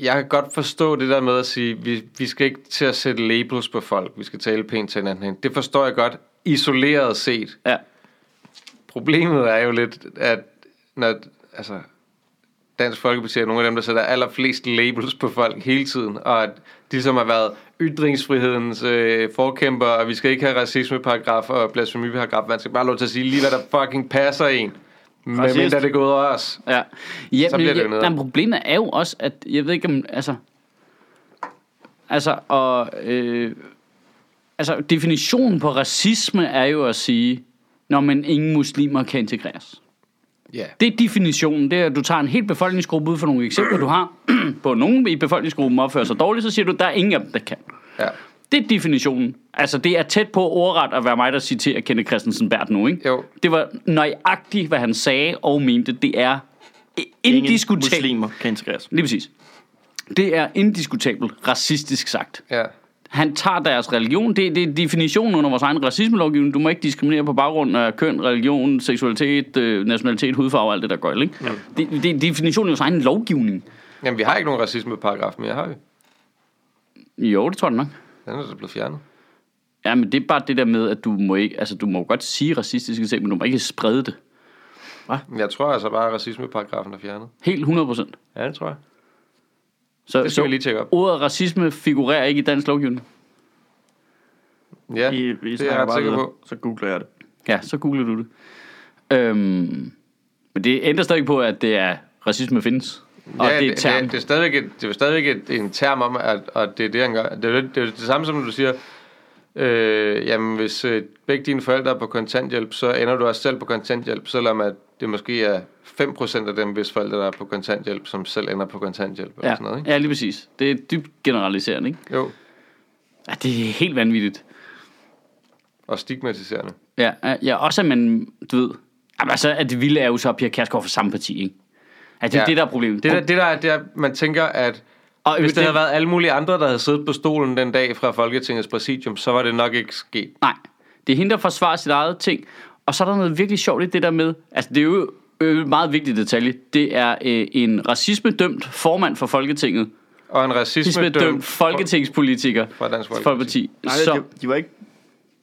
jeg kan godt forstå det der med at sige, vi, vi skal ikke til at sætte labels på folk, vi skal tale pænt til hinanden. Det forstår jeg godt, isoleret set. Ja. Problemet er jo lidt, at når, altså, Dansk Folkeparti er nogle af dem, der sætter allerflest labels på folk hele tiden, og at de som har været ytringsfrihedens øh, forkæmper, og vi skal ikke have racismeparagraf og blasfemiparagraf. Man skal bare have lov til at sige lige, hvad der fucking passer en. Men Racist. mindre det går ud over os. Ja. ja Så men, bliver det jo ja, noget. nej, men problemet er jo også, at jeg ved ikke om, altså, altså, og, øh, altså, definitionen på racisme er jo at sige, når man ingen muslimer kan integreres. Ja. Det er definitionen, det er, at du tager en hel befolkningsgruppe ud for nogle eksempler, du har på at nogen i befolkningsgruppen opfører sig dårligt, så siger du, der er ingen af dem, der kan. ja. Det er definitionen. Altså, det er tæt på ordret at være mig, der citerer Kenneth Christensen Bært nu, ikke? Jo. Det var nøjagtigt, hvad han sagde og mente. Det er indiskutabelt. muslimer kan integreres. Lige præcis. Det er indiskutabelt racistisk sagt. Ja. Han tager deres religion. Det, det er definitionen under vores egen racismelovgivning. Du må ikke diskriminere på baggrund af køn, religion, seksualitet, øh, nationalitet, hudfarve og alt det, der går. Ikke? Det, det er definitionen i vores egen lovgivning. Jamen, vi har ikke nogen racismeparagraf mere, har vi? Jo, det tror jeg nok. Den er da blevet fjernet. Ja, men det er bare det der med, at du må ikke, altså du må godt sige racistiske ting, men du må ikke sprede det. Men Jeg tror altså bare, at racismeparagrafen er fjernet. Helt 100%. Ja, det tror jeg. Så, Det skal så vi lige tjekke op. ordet racisme figurerer ikke i dansk lovgivning. Ja, I, I det er jeg snakker ret bare sikker videre, på. Så googler jeg det. Ja, så googler du det. Øhm, men det ændrer stadig på, at det er racisme findes. Og ja, det er et term. Det, det, er stadigvæk, et, det er stadigvæk et, en term om, at, at det er det, han gør. Det er, jo- det er jo det samme som, når du siger, øh, jamen hvis øh, begge dine forældre er på kontanthjælp, så ender du også selv på kontanthjælp, selvom at det måske er 5% af dem, hvis forældre der er på kontanthjælp, som selv ender på kontanthjælp. ja, Ja. Eller sådan noget, ikke? ja, lige præcis. Det er dybt generaliserende, ikke? Jo, Ja, det er helt vanvittigt. og stigmatiserende. Ja, ja, ja, også at man, du ved... Jamen, altså, at det vilde er jo så Pia Kærsgaard fra samme parti, ikke? At det er Ja. det, der er problemet. Det der, det der er, det er, man tænker, at Mm. og, hvis det, der havde været alle mulige andre, der havde siddet på stolen den dag fra Folketingets præsidium, så var det nok ikke sket. Nej, det er hende, der forsvarer sit eget ting. Og så er der noget virkelig sjovt i det der med, altså det er jo øh, en meget vigtig detalje, det er øh, en racisme-dømt formand for Folketinget, Og en racisme racisme-dømt folketingspolitiker Fra Dansk Folkeparti. Folkeparti. Nej, Så, de, de var ikke...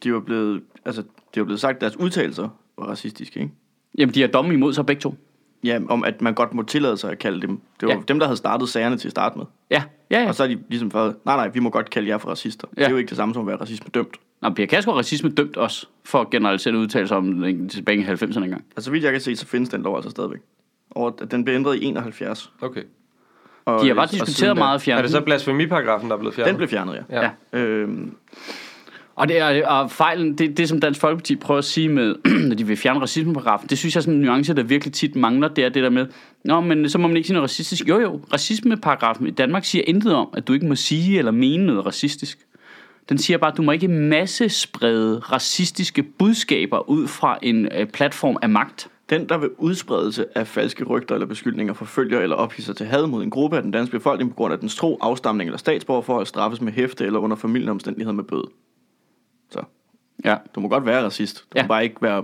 De var blevet... Altså, det var blevet sagt, at deres udtalelser var racistiske, ikke? jamen, de har domme imod sig begge to. Ja, om at man godt må tillade sig at kalde dem. Det var Ja. ja. dem, der havde startet sagerne til at starte med. Ja, ja, ja. Og så er de ligesom fået, nej, nej, vi må godt kalde jer for racister. Ja. Det er jo ikke det samme som at være racisme dømt. Nå, Pia Kærsgaard er racisme dømt også for at generalisere udtalelser om den tilbage i 90'erne engang. Altså, så vidt jeg kan se, så findes den lov altså stadigvæk. Og at den blev ændret i 71. Okay. Og, De har bare og siden diskuteret da- meget Er fjernet. det så blasfemiparagrafen, der er blevet fjernet? Den blev fjernet, ja. Ja. Ja. Øhm, Og, det er, og fejlen, det, det som Dansk Folkeparti prøver at sige med, når de vil fjerne racismeparagrafen, det synes jeg er sådan en nuance, der virkelig tit mangler, det er det der med, nå, men så må man ikke sige noget racistisk. Jo, jo, racismeparagrafen i Danmark siger intet om, at du ikke må sige eller mene noget racistisk. Den siger bare, at du må ikke massesprede racistiske budskaber ud fra en øh, platform af magt. den, der ved udspredelse af falske rygter eller beskyldninger forfølger eller ophidser til had mod en gruppe af den danske befolkning på grund af dens tro, afstamning eller statsborgerforhold, straffes med hæfte eller under familielige omstændigheder med bøde. Så Ja. du må godt være racist. Du Ja. ja. må bare ikke være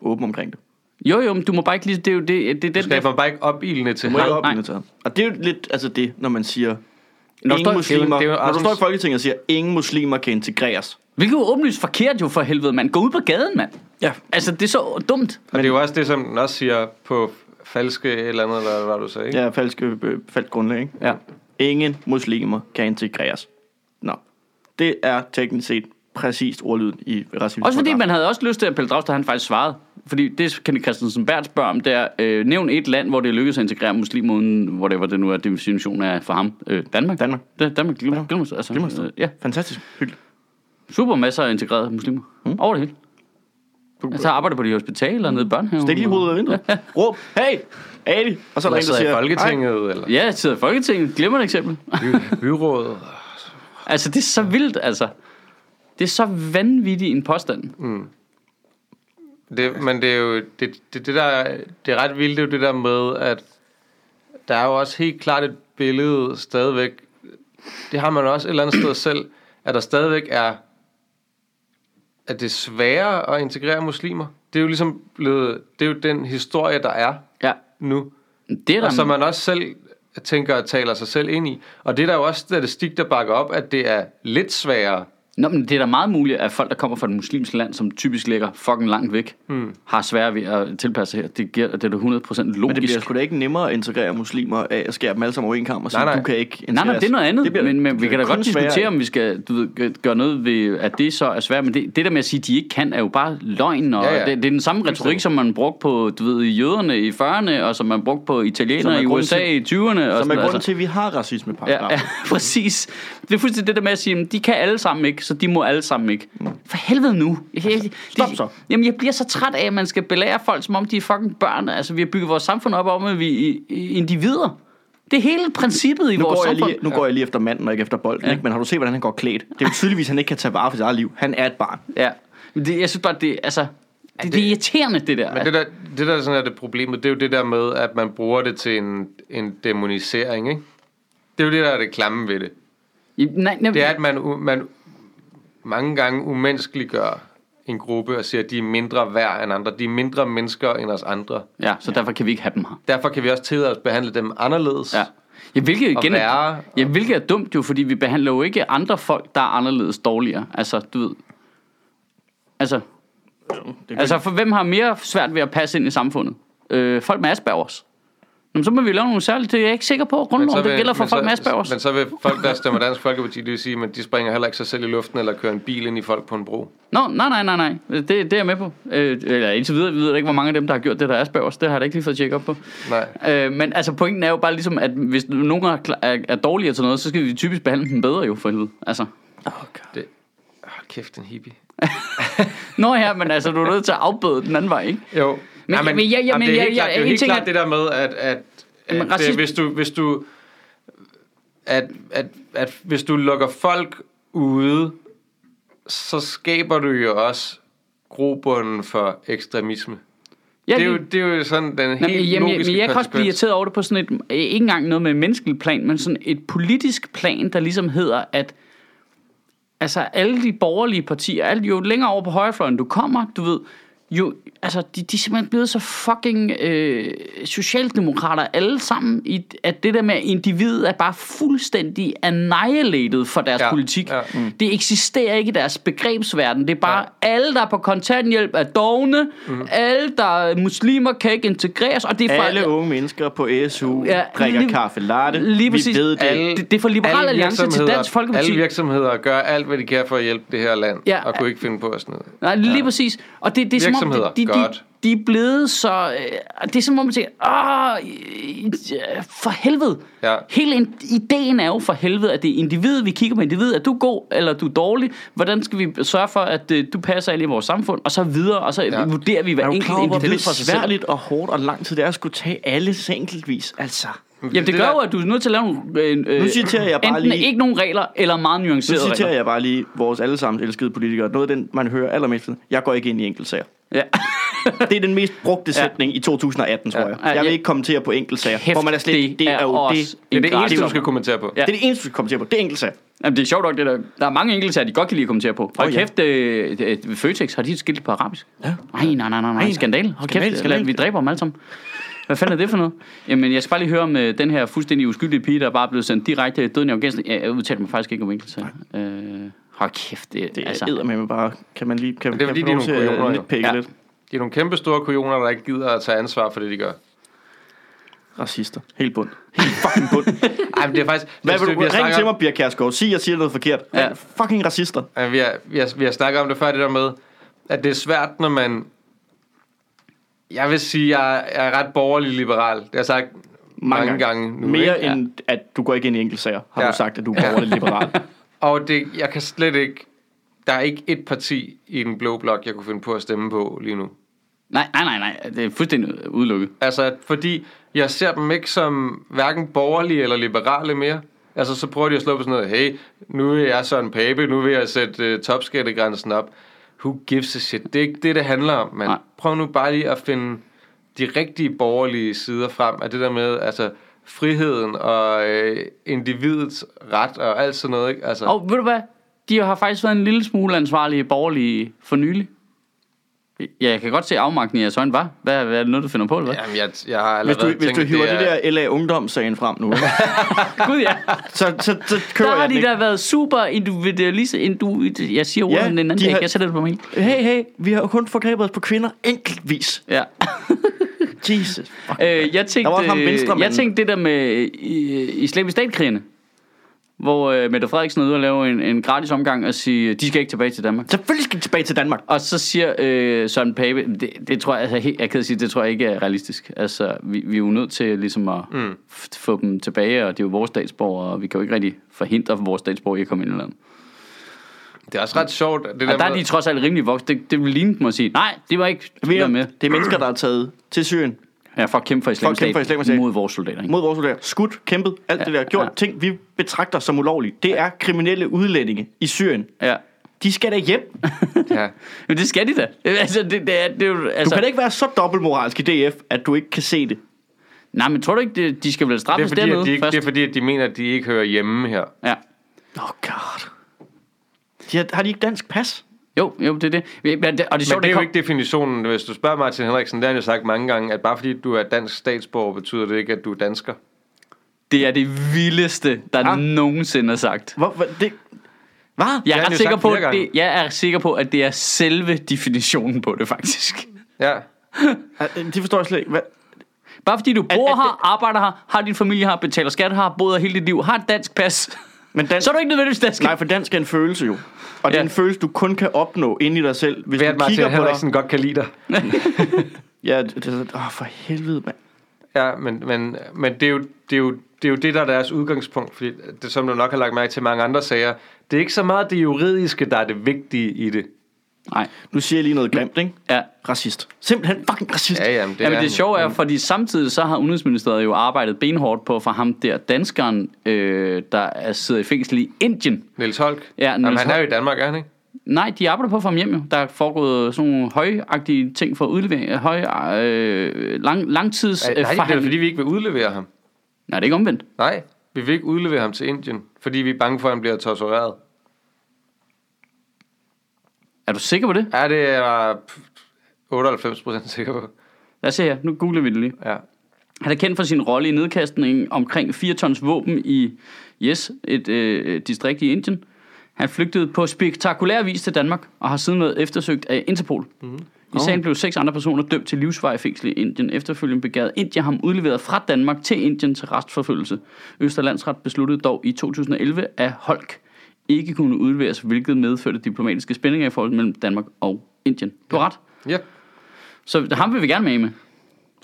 åben omkring det. Jo, jo, men du må bare ikke lige, det er jo det, det er den Skal jeg bare ikke opildende til Du må ikke Nej, opildne til ham. Og det er jo lidt altså det, når man siger, Når når du står- ingen muslimer, det er jo- det det er jo når du Rasmus- står i Folketinget og siger, ingen muslimer kan integreres. altså, Hvilket er jo åbenlyst forkert jo for helvede, mand. Gå ud på gaden, mand. Ja. Altså, det er så dumt. Og det er jo også det, som den også siger på falske et eller andet, eller hvad du sagde. Ikke? Ja, falske, øh, falsk grundlag, ikke? Ja. Ingen muslimer kan integreres. Nå. Det er teknisk set præcist ordlyden i racisme. Også fordi man havde også lyst til, at Pelle Dragsted han faktisk svarede. Fordi det, Kenneth Christensen Bært spørger om, det er, øh, nævn et land, hvor det lykkedes at integrere muslimer uden, hvor det var det nu er, definitionen er for ham. Øh, Danmark. Danmark. Det, Danmark, glimmer, glimmer, altså, øh, ja, Fantastisk. Hyggeligt. super masser af integrerede muslimer. Hmm. Mm. Over det hele. Jeg så arbejder på de hospitaler nede i børnehaven. Stik lige hovedet af vinduet. Råb, hey, Ali. Og så er der en, der Sidder i siger, Folketinget, eller Ja, jeg sidder i Folketinget. Glemmer et eksempel. by, byrådet. altså, det er så vildt, altså. Det er så vanvittig en påstand. Mm. Det, men det er jo det, det, det, der, er- det er ret vildt, det er jo det der med, at der er jo også helt klart et billede stadigvæk. Det har man også et eller andet sted selv, at der stadigvæk er, at det er sværere at integrere muslimer. Det er jo ligesom blevet, det er jo den historie, der er Ja, nu. det er der... Og som man også selv tænker og taler sig selv ind i. Og det er der jo også statistik, der bakker op, at det er lidt sværere Nå, men det er da meget muligt, at folk, der kommer fra et muslimsk land, som typisk ligger fucking langt væk, mm. har svært ved at tilpasse sig her. Det, giver, det er da 100% logisk. Hmm. Men det bliver sgu da ikke nemmere at integrere muslimer af at skære dem alle sammen over en kamp og sige, Nej, nej. du kan ikke integreres. Nej, nej, det er noget andet, det bliver- bliver, men, men det vi bliver kan da kun godt diskutere, sværere. om vi skal du ved, gø- gøre noget ved, at det så er svært, men det, det der med at sige, at de ikke kan, er jo bare løgn, og Ja, ja, ja. ja. Det, det er den samme retorik, som man brugte på du ved, jøderne i 40'erne, og som man brugte på Som er italienere i grunden USA til- i 20'erne. Som og Som er sådan, grunden til, at vi har racisme altså- Ja, ja, præcis. Det er fuldstændig det der med at sige, at de kan alle sammen ikke, så de må alle sammen ikke. For helvede nu. Jeg, jeg, det, Mm. Altså, Stop så. Jamen, jeg bliver så træt af, at man skal belære folk, som om de er fucking børn. Altså, vi har bygget vores samfund op om, at vi i- i- individer. Det er hele princippet i Nu, vores går jeg, samfund. lige, nu går jeg lige efter manden og ikke efter bolden, ja. ikke? men har du set, hvordan han går klædt? Det er jo tydeligvis, at han ikke kan tage vare for sit eget liv. Han er et barn. Ja. Men det, jeg synes bare, det, altså, det, det, det er irriterende, det der. Men det der, det der sådan er det problemet, det er jo det der med, at man bruger det til en, en demonisering, ikke? Det er jo det, der er det klamme ved det. I- nej, nej, Det er, at man, u- man mange gange umenneskeliggør en gruppe og siger, at de er mindre værd end andre. De er mindre mennesker end os andre. ja, så derfor kan vi ikke have dem her. Derfor kan vi også tillade os at behandle dem anderledes. Ja. Ja, hvilket, Og igen, er, værre. ja, hvilket er dumt jo, fordi vi behandler jo ikke andre folk, der er anderledes dårligere. Altså, du ved. Altså, Det altså for hvem har mere svært ved at passe ind i samfundet? Øh, folk med Aspergers. Jamen, så må vi lave nogle særlige. Det er jeg ikke sikker på. at Grundloven, det gælder for men folk så, med Aspergers. Men så vil folk, der stemmer Dansk Folkeparti, det vil sige, at de springer heller ikke sig selv i luften eller kører en bil ind i folk på en bro. Nå, nej, nej, nej, nej. Det, det er jeg med på. Øh, eller indtil videre, vi ved ikke, hvor mange af dem, der har gjort det, der er Aspergers. Det har jeg da ikke lige fået tjekket op på. Nej. Øh, men altså, pointen er jo bare ligesom, at hvis nogen er, kla- er, er dårligere til noget, så skal vi typisk behandle dem bedre jo, for helvede. Altså. Det, oh, kæft, en hippie. Nå ja, men altså, du er nødt til at afbøde den anden vej, ikke? Jo. Men- men ja, ja, jamen, men det ja, er helt ja, klart, det, er jo en helt ting er- klart det der med, at, at, Jamen, at, at racisme- hvis du, hvis du, at, at, at, hvis du lukker folk ude, så skaber du jo også grobunden for ekstremisme. Ja, det, er jo, det er jo sådan den helt Nå, men, jamen, jeg, logiske men jeg kan også blive konsekvens. irriteret over det på sådan et, øh, ikke engang noget med menneskelig plan, men sådan et politisk plan, der ligesom hedder, at altså alle de borgerlige partier, alle, jo længere over på højrefløjen du kommer, du ved, jo, altså, de, de er simpelthen blevet så fucking øh, socialdemokrater alle sammen, i, at det der med, at individet er bare fuldstændig annihilated for deres Ja, politik. ja. Mm. Det eksisterer ikke i deres begrebsverden. Det er bare ja. alle, der er på kontanthjælp, er dogne. Mm. Alle, der er muslimer, kan ikke integreres. Og det er for, Alle unge mennesker på SU ja, Ja, drikker lige- kaffe latte. lige præcis. Vi ved det. Alle- Det- det er fra Liberal alle Alliance til virksomheder- Dansk Folkeparti. Alle virksomheder gør alt, hvad de kan for at hjælpe det her land, Ja, og kunne ikke finde på at sådan noget. Nej, lige ja. præcis. Og det, det er som Virksomheder, om, de, de, de, godt. de er blevet så... Øh, det er som om, man tænker, Åh, øh, for helvede. Ja. Hele in, ideen er jo for helvede, at det er individet, vi kigger på individet. Er du god, eller er du dårlig? Hvordan skal vi sørge for, at øh, du passer ind i vores samfund? Og så videre, og så ja. vurderer vi hver er du enkelt klar over, hvor individ for sig selv. besværligt og hårdt og lang tid det er at skulle tage alle enkeltvis? Altså, nu Jamen, det, Det gør der- jo, at du er nødt til at lave nogle... Øh, øh, citerer jeg bare enten lige- ikke nogen regler, eller meget nuancerede regler. citerer jeg bare lige vores allesammen elskede politikere. Noget af den, man hører allermest, jeg går ikke ind i enkeltsager. Ja. Det er den mest brugte sætning i 2018, tror jeg. Ja, Jeg vil ja. ikke kommentere på enkeltsager. Kæft, hvor man er slet, det er jo også det, Det er det Gratis. eneste, du skal kommentere på. Ja. det er det eneste, du kan kommentere på. Det er enkeltsager. Jamen, det er sjovt nok, det der. Der er mange enkeltsager, de godt kan lide at kommentere på. Hold oh, Åh, ja. kæft, øh, øh, Føtex, har de et skilt på arabisk? Ja. Nej, nej, nej, nej, nej. skandal. Hold Skandal, kæft, skandal. skandal. vi dræber dem alle sammen. Hvad fanden er det for noget? Jamen, jeg skal bare lige høre om øh, den her fuldstændig uskyldige pige, der bare er blevet sendt direkte i døden i Afghanistan. Ja, jeg udtaler mig faktisk ikke om enkeltsager. Øh, hold kæft, det, Det er altså. altså, med bare, kan man lige kan, det er fordi, de er nogle kujoner, jo. nitpikke ja. Ja. lidt. De er nogle kæmpe store kujoner, der ikke gider at tage ansvar for det, de gør. Racister. Helt bund. Helt fucking bund. Ej, men det er faktisk... Hvad vil Altså, det, du, vi har ring snakket til om- mig, Pia Kærsgaard. Sig, jeg siger noget forkert. Ja. Ja. Fucking racister. Ej, Vi har, vi, har, vi har snakket om det før, det der med, at det er svært, når man... Jeg vil sige, at jeg, jeg er ret borgerlig liberal. Det har jeg sagt mange, mange gange. nu. Mere ikke? end, at du går ikke ind i enkeltsager, har Ja. du sagt, at du er borgerlig liberal. Og det, jeg kan slet ikke... Der er ikke et parti i den blå blok, jeg kunne finde på at stemme på lige nu. Nej, nej, nej, nej. Det er fuldstændig udelukket. Altså, fordi jeg ser dem ikke som hverken borgerlige eller liberale mere. Altså, så prøver de at slå på sådan noget, hey, nu er jeg Søren Pape, nu vil jeg sætte uh, topskattegrænsen op. Who gives a shit? Det er ikke det, det handler om, mand. Nej. Prøv nu bare lige at finde de rigtige borgerlige sider frem af det der med, altså, friheden og øh, individets ret og alt sådan noget, ikke? Altså, Og ved du hvad? De har faktisk været en lille smule ansvarlige borgerlige for nylig. Ja, jeg kan godt se afmagten i jeres øjne, var. Hvad, hvad er det noget, du finder på, eller hvad? Jamen, jeg, jeg har Hvis allerede du, hvis tænkt, du hiver at det, er- der LA Ungdom-sagen frem nu, ikke? Ja. Gud, ja. så, så, så køber Der har jeg den de ikke. der været super individualister. Indu, jeg siger ordet Ja, ja, en anden de dag. har- Jeg sætter det på mig. Hey, hey, vi har jo kun forgrebet os på kvinder enkeltvis. Ja. Jesus. fuck. Øh, jeg, Der tænkte, var også ham venstremanden. jeg tænkte det der med øh, islamisk statkrigerne. Hvor øh, Mette Frederiksen er ude og lave en, en gratis omgang og sige, de skal ikke tilbage til Danmark. Selvfølgelig skal de tilbage til Danmark. Og så siger øh, Søren Pape, det, det tror jeg, altså, helt, jeg er ked af at sige, det tror jeg ikke er realistisk. Altså, vi, vi er jo nødt til ligesom at mm. få dem tilbage, og det er jo vores statsborgere, og vi kan jo ikke rigtig forhindre vores statsborgere i at komme ind i landet. Det er også ret sjovt. Det Og der er med- de trods alt rimelig vokset. Det, det ville ligne dem at sige, nej, det var ikke Vi vi er, med. det er mennesker, der er taget til Syrien Ja, for at kæmpe for kæmpe islamisk for Islamisk Stat. stat mod vores soldater. Ikke? mod vores soldater. Skudt, kæmpet, alt ja, det der. Gjort ja. ja. ting, vi betragter som ulovlige. Det er kriminelle udlændinge i Syrien. Ja. De skal da hjem. Ja. Men det skal de da. Altså, det, det er, det er jo, Du altså, kan da ikke være så dobbeltmoralsk i DF, at du ikke kan se det. Nej, men tror du ikke, det, de skal vel Det, er straffes fordi, at de dernede ikke, først? det er fordi, at de mener, at de ikke hører hjemme her. Ja. Oh god. De har, har de ikke dansk pas? Jo, jo, det er det. Men det- Og det er sjovt, Men det er jo kom- ikke definitionen. Hvis du spørger Martin Henriksen, der har han jo sagt mange gange, at bare fordi du er dansk statsborger, betyder det ikke, at du er dansker. Det er det vildeste, der ja. Ja. nogensinde er sagt. Hvor, hvor, det, hvad? Jeg har er, han jo sikker sagt på, flere at det, gange. jeg er sikker på, at det er selve definitionen på det, faktisk. Ja. Det ah, forstår jeg slet ikke. Hvad? Bare fordi du bor at her, det- arbejder her, har din familie her, betaler skat her, boet her hele dit liv, har et dansk pas, Men dansk, så er du ikke nødvendigvis dansk. Nej, for dansk er en følelse jo. Og det Ja. er en følelse, du kun kan opnå inde i dig selv, hvis Ved du at Martin kigger på Henriksen dig. godt kan lide dig. Ja, det, det, åh, for helvede, mand. Ja, men, men, men det, er jo, det, er jo, det er jo det, der er deres udgangspunkt. Fordi det, som du nok har lagt mærke til i mange andre sager, det er ikke så meget det juridiske, der er det vigtige i det. Nej. Nu siger jeg lige noget grimt, ikke? Ja. Racist. Simpelthen fucking racist. Ja, jamen, Det Jamen, det han. sjove er, fordi samtidig så har Udenrigsministeriet jo arbejdet benhårdt på for ham der danskeren, øh, der er, sidder i fængsel i Indien. Niels Holk. Ja, Jamen, Niels han er jo i Danmark, er han ikke? Nej, de arbejder på fra hjem jo. Der er foregået sådan nogle højagtige ting for udlevering, øh, høj, øh, lang, langtids Er, øh, nej, det er forhandling. fordi, vi ikke vil udlevere ham. Nej, det er ikke omvendt. Nej, vi vil ikke udlevere ham til Indien, fordi vi er bange for, at han bliver tortureret. Er du sikker på det? Ja, det er jeg 98 procent sikker på. Lad os se her. Nu googler vi det lige. Ja. Han er kendt for sin rolle i nedkastningen omkring 4 tons våben i Yes, et øh, distrikt i Indien. Han flygtede på spektakulær vis til Danmark og har siden været eftersøgt af Interpol. Mm-hmm. I sagen blev seks andre personer dømt til livsvarig fængsel i Indien. Efterfølgende begavede Indien ham udleveret fra Danmark til Indien til restforfølgelse. Østerlandsret besluttede dog i 2011, at Holk ikke kunne udleveres, hvilket medførte diplomatiske spændinger i forholdet mellem Danmark og Indien. Du har ret. Ja, Så ham vil vi gerne med i med.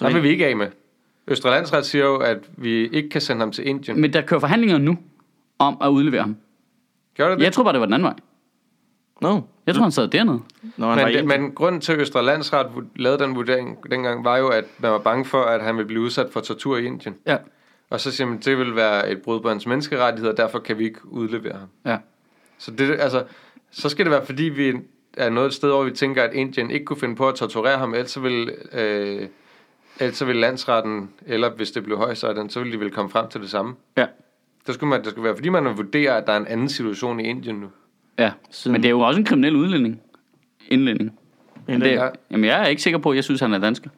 der vil vi ikke af med. Østre Landsret siger jo, at vi ikke kan sende ham til Indien. Men der kører forhandlinger nu om at udlevere ham. Gør det det? Jeg tror bare, det var den anden vej. No. Jeg tror, han sad dernede. Nå, han var Men, en- men grunden til, at Østre Landsret vu- lavede den vurdering dengang, var jo, at man var bange for, at han ville blive udsat for tortur i Indien. Ja. Og så siger man, at det vil være et brud på hans menneskerettigheder, og derfor kan vi ikke udlevere ham. ja. Så, det, altså, så skal det være, fordi vi er noget et sted, hvor vi tænker, at Indien ikke kunne finde på at torturere ham, ellers så vil, øh, ellers så vil landsretten, eller hvis det blev højesteret, så ville de vel komme frem til det samme. Ja. Det skulle, man, det skulle være, fordi man vurderer, at der er en anden situation i Indien nu. ja. Men det er jo også en kriminel udlænding. Indlænding. Men Det, ja. Jamen, jeg er ikke sikker på, at jeg synes, han er dansker.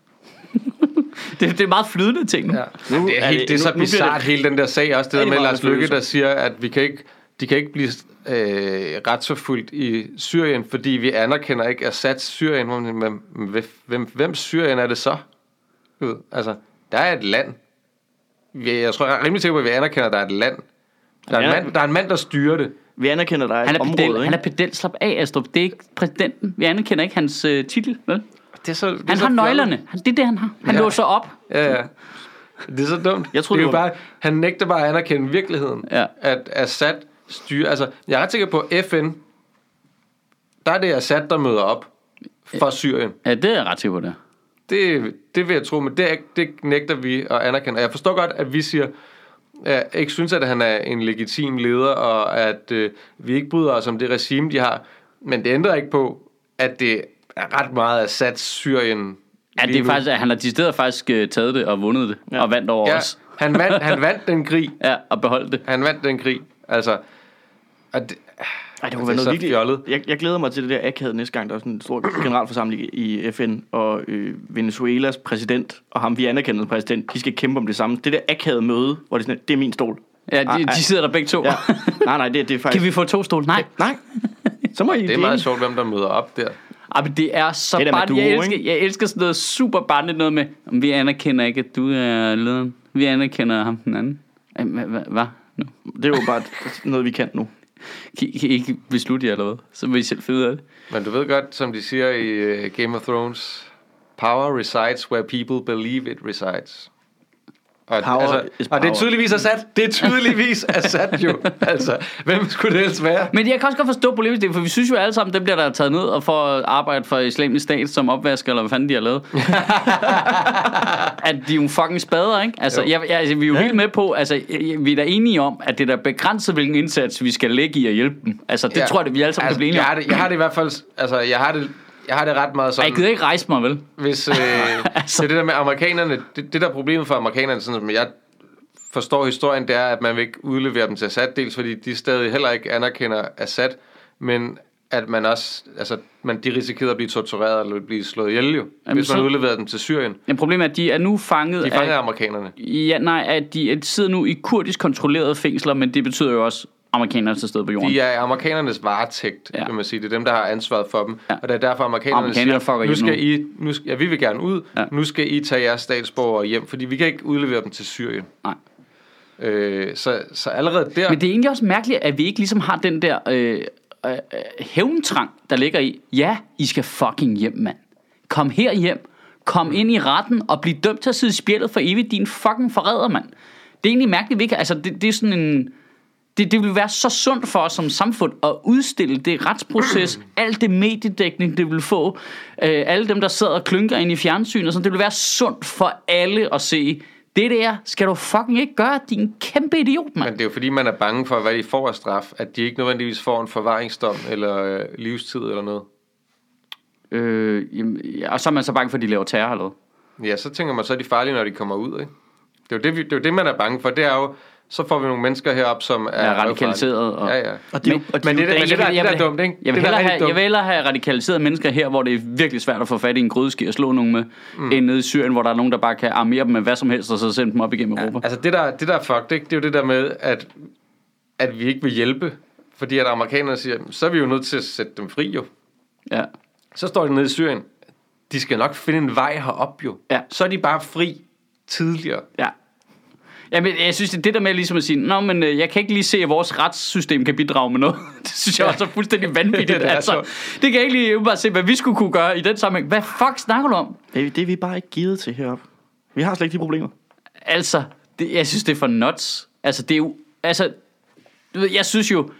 det, det er meget flydende ting nu. Ja. Jamen, det, er er helt, det- det er nu- så nu bliver bizart, hele den der sag, også det der Rigtig med meget Lars Lykke, der følelser. siger, at vi kan ikke, de kan ikke blive øh, retsforfulgt i Syrien, fordi vi anerkender ikke Assads Syrien. Hvor man siger, "Men hvem- Hvem, hvem Syrien er det så? Du ved, Altså, der er et land. Vi- Jeg tror, jeg er rimelig sikker på, at vi anerkender, at der er et land. Der er en Ja. mand, der, er en mand, der styrer det. Vi anerkender dig Han er, område, pedel, ikke? han er pedel. Slap af, Astrup. Det er ikke præsidenten. Vi anerkender ikke hans øh, titel. Vel? det er så, det er Han så har fjollet. nøglerne. Han, det er det, han har. Han Ja. låser op. Ja, ja. Det er så dumt. Jeg troede, det er jo det var- bare, han nægter bare at anerkende virkeligheden. Ja. At Assad styrer... Altså, jeg er ret sikker på, at FN, der er det Assad, der møder op fra Syrien. Ja, det er jeg ret sikker på, det er. Det, det vil jeg tro, men det, er- det nægter vi at anerkende. Og jeg forstår godt, at vi siger, at ikke synes, at han er en legitim leder, og at øh, vi ikke bryder os om det regime, de har. Men det ændrer ikke på, at det er ret meget Assads Syrien. Ja, lige det er nu. faktisk, at han har decideret faktisk øh, taget det og vundet det. Ja. Og vandt over Ja, os. han, vandt, han vandt den krig, Ja, og beholdt det. Han vandt den krig. Altså, og det, Ej, det Det kunne er så være noget fjollet. virkelig. Jeg, jeg glæder mig til det der akavede næste gang, der er sådan en stor generalforsamling i FN, og øh, Venezuelas præsident og ham, vi anerkender som præsident, de skal kæmpe om det samme. Det der akavede møde, hvor det er sådan, det er min stol. Ja, Ej, de, ej. de sidder der begge to. Ja. Nej, nej, det, det er faktisk... Kan vi få to stole? Nej. Nej. Så må I Det er meget sjovt, hvem der møder op der. Ej, men det er så Det er da bare... med Jeg duo, elsker, ikke? jeg elsker sådan noget super barnligt noget med, "Jamen, vi anerkender ikke, at du er lederen. Vi anerkender ham den anden. Ej, Hvad? Hva, hva? Nå. Det er jo bare noget, vi kan nu. Kan, I- kan I ikke beslutte jer eller hvad? Så vil I selv finde ud af det. Men du ved godt, som de siger i uh, Game of Thrones, power resides where people believe it resides. Og, altså, Power is og det er power. tydeligvis Assad. Det er tydeligvis Assad jo. Altså, hvem skulle det ellers være? Men jeg kan også godt forstå problemet, det er, for vi synes jo alle sammen, dem bliver der taget ned og får arbejde for islamisk stat som opvasker, eller hvad fanden de har lavet. at de er jo fucking spader, ikke? Altså, Jo. jeg, jeg, altså vi er jo helt med på, altså, jeg- jeg- vi er da enige om, at det er da begrænset, hvilken indsats vi skal lægge i at hjælpe dem. Altså, det ja. tror jeg, at vi alle sammen altså, kan blive enige jeg om. har, det, jeg har det i hvert fald... Altså, jeg har det, jeg har det ret meget Ej, sådan... Jeg gider ikke rejse mig, vel? Hvis, øh, altså. Det er det der med amerikanerne, det, det der er problemet for amerikanerne, sådan som jeg forstår historien, det er, at man vil ikke udlevere dem til Assad, dels fordi de stadig heller ikke anerkender Assad, men at man også, altså, man, de risikerede at blive tortureret eller blive slået ihjel jo, Jamen, hvis man så- udleverede dem til Syrien. Men problemet er, at de er nu fanget De fanger af... amerikanerne. Ja, nej, at de, at de sidder nu i kurdisk kontrollerede fængsler, men det betyder jo også, amerikanerne er til stede på jorden. De er i amerikanernes varetægt, Ja. ja. vil man sige. Det er dem, der har ansvaret for dem. Ja. Ja. Og det er derfor, amerikanerne, Amerikanerne fucker siger, nu hjem skal I, nu, skal- ja, vi vil gerne ud, Ja. ja. nu skal I tage jeres statsborgere hjem, fordi vi kan ikke udlevere dem til Syrien. Nej. Øh, så, så allerede der... Men det er egentlig også mærkeligt, at vi ikke ligesom har den der øh, øh, øh, hævntrang, der ligger i, ja, I skal fucking hjem, mand. Kom her hjem, kom ind i retten og bliv dømt til at sidde i spjældet for evigt, din fucking forræder, mand. Det er egentlig mærkeligt, vi ikke, altså det, det er sådan en... Det, det vil være så sundt for os som samfund at udstille det retsproces, alt det mediedækning, det vil få, øh, alle dem, der sidder og klynker ind i fjernsynet, og sådan, det vil være sundt for alle at se, det der skal du fucking ikke gøre, din kæmpe idiot, mand. Men det er jo fordi, man er bange for, hvad de får af straf, at de ikke nødvendigvis får en forvaringsdom eller øh, livstid eller noget. Øh, jamen, ja, og så er man så bange for, at de laver terror eller hvad? Ja, så tænker man, så er de farlige, når de kommer ud, ikke? Det er jo det, vi, det, er jo det man er bange for. Det er jo, så får vi nogle mennesker herop, som er... Er røvfarlige. radikaliseret og- Ja, ja. Og det, men, Men- og det, Men det, der- men det, der, det der er dumt, ikke? Jeg vil, det der hellere er have, rigtig jeg vil dumt. hellere have radikaliserede mennesker her, hvor det er virkelig svært at få fat i en grydeski og slå nogen med, mm. end nede i Syrien, hvor der er nogen, der bare kan armere dem med hvad som helst, og så sende dem op igennem Europa. Altså det der, det der er fucked, ikke? det er jo det der med, at, at vi ikke vil hjælpe. Fordi at amerikanerne siger, "Jamen, så er vi jo nødt til at sætte dem fri jo. Ja. Så står de nede i Syrien. De skal nok finde en vej herop jo. Ja. Så er de bare fri tidligere. ja. Jamen, jeg synes, det er det der med ligesom at sige, Nå, men øh, jeg kan ikke lige se, at vores retssystem kan bidrage med noget. Det synes jeg også er fuldstændig vanvittigt. Det er altså, det kan jeg ikke lige bare se, hvad vi skulle kunne gøre i den sammenhæng. Hvad fuck snakker du om? det, det er vi bare ikke givet til heroppe. Vi har slet ikke de problemer. Altså, det, jeg synes, det er for nuts. Altså, det er jo... Altså, du ved, jeg synes jo...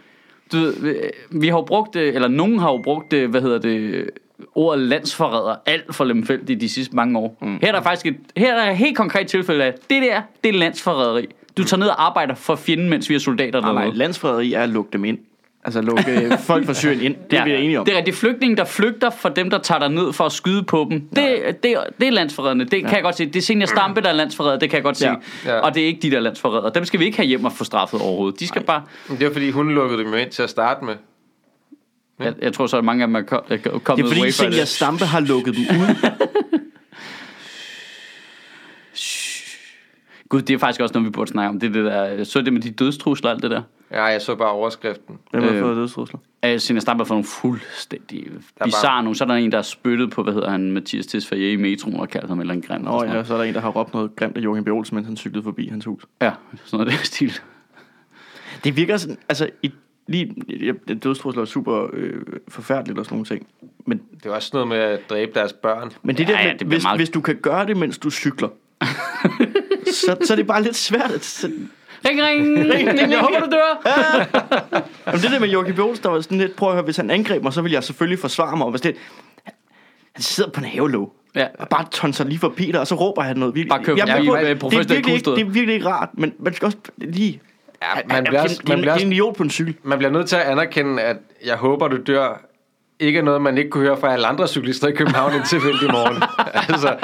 Du ved, øh, vi har jo brugt... øh, Eller nogen har jo brugt, øh, hvad hedder det... øh, Ordet landsforræder alt for lemfældigt de sidste mange år. Mm. Her er der faktisk et, her er der et helt konkret tilfælde af, det der, det er landsforræderi. Du tager ned og arbejder for fjenden, mens vi er soldater Ah, Nej, nej, dernede. landsfrederi er at lukke dem ind. Altså lukke øh, folk fra Syrien ind. Det er vi er enige om. Det er rigtigt. flygtninge, der flygter fra dem, der tager dig ned for at skyde på dem. Det, det, det er landsforræderne. Det kan jeg godt se. Det er senior Stampe, der er landsforræder. Det kan jeg godt se. Ja. Ja. Og det er ikke de der landsforrædere. Dem skal vi ikke have hjem og få straffet overhovedet. De skal bare... Men det er fordi, hun lukkede dem jo ind til at starte med. Jeg, jeg tror så, at mange af dem er ko- er kommet Det er fordi, away fra Senior det. Stampe har lukket dem ud. Gud, det er faktisk også noget, vi burde snakke om. Det er det der... Så er det med de dødstrusler og alt det der. Ja, jeg så bare overskriften. Hvem har Øh, fået dødstrusler? Øh, Senior Stampe har fået nogle fuldstændig bizarre bare- nogle. Så er der en, der er spyttet på, hvad hedder han, Mathias Tesfaye i metroen og kaldt ham et eller andet grim. Nå Altså, ja, så er der en, der har råbt noget grimt af Joachim B. Olsen, mens han cyklede forbi hans hus. ja, sådan noget der stil. Det virker sådan, altså i, lige, ja, dødstrusler er super øh, forfærdeligt og sådan nogle ting. Men, Det var også noget med at dræbe deres børn. men det Ja, der, ja, med, det bliver hvis, meget- hvis du kan gøre det, mens du cykler, så, så er det bare lidt svært. At, så, Ring, ring! Jeg håber, du dør! jamen det der med Joachim B. Olsen, der var sådan lidt, prøv at høre, hvis han angreb mig, så ville jeg selvfølgelig forsvare mig. Og hvis det, han sidder på en havelåg. Ja. Og bare tonser lige forbi dig, og så råber han noget virkelig. Bare kører Jeg er forbi med på, med det, er professionel virkelig ikke, kunststød. det er virkelig ikke rart, men man skal også lige... Ja, Han- man han- bliver det er også- en- man bliver Det er en også- idiot på en cykel. Man bliver nødt til at anerkende, at jeg håber, du dør. Ikke er noget, man ikke kunne høre fra alle andre cyklister i København en tilfældig morgen. altså,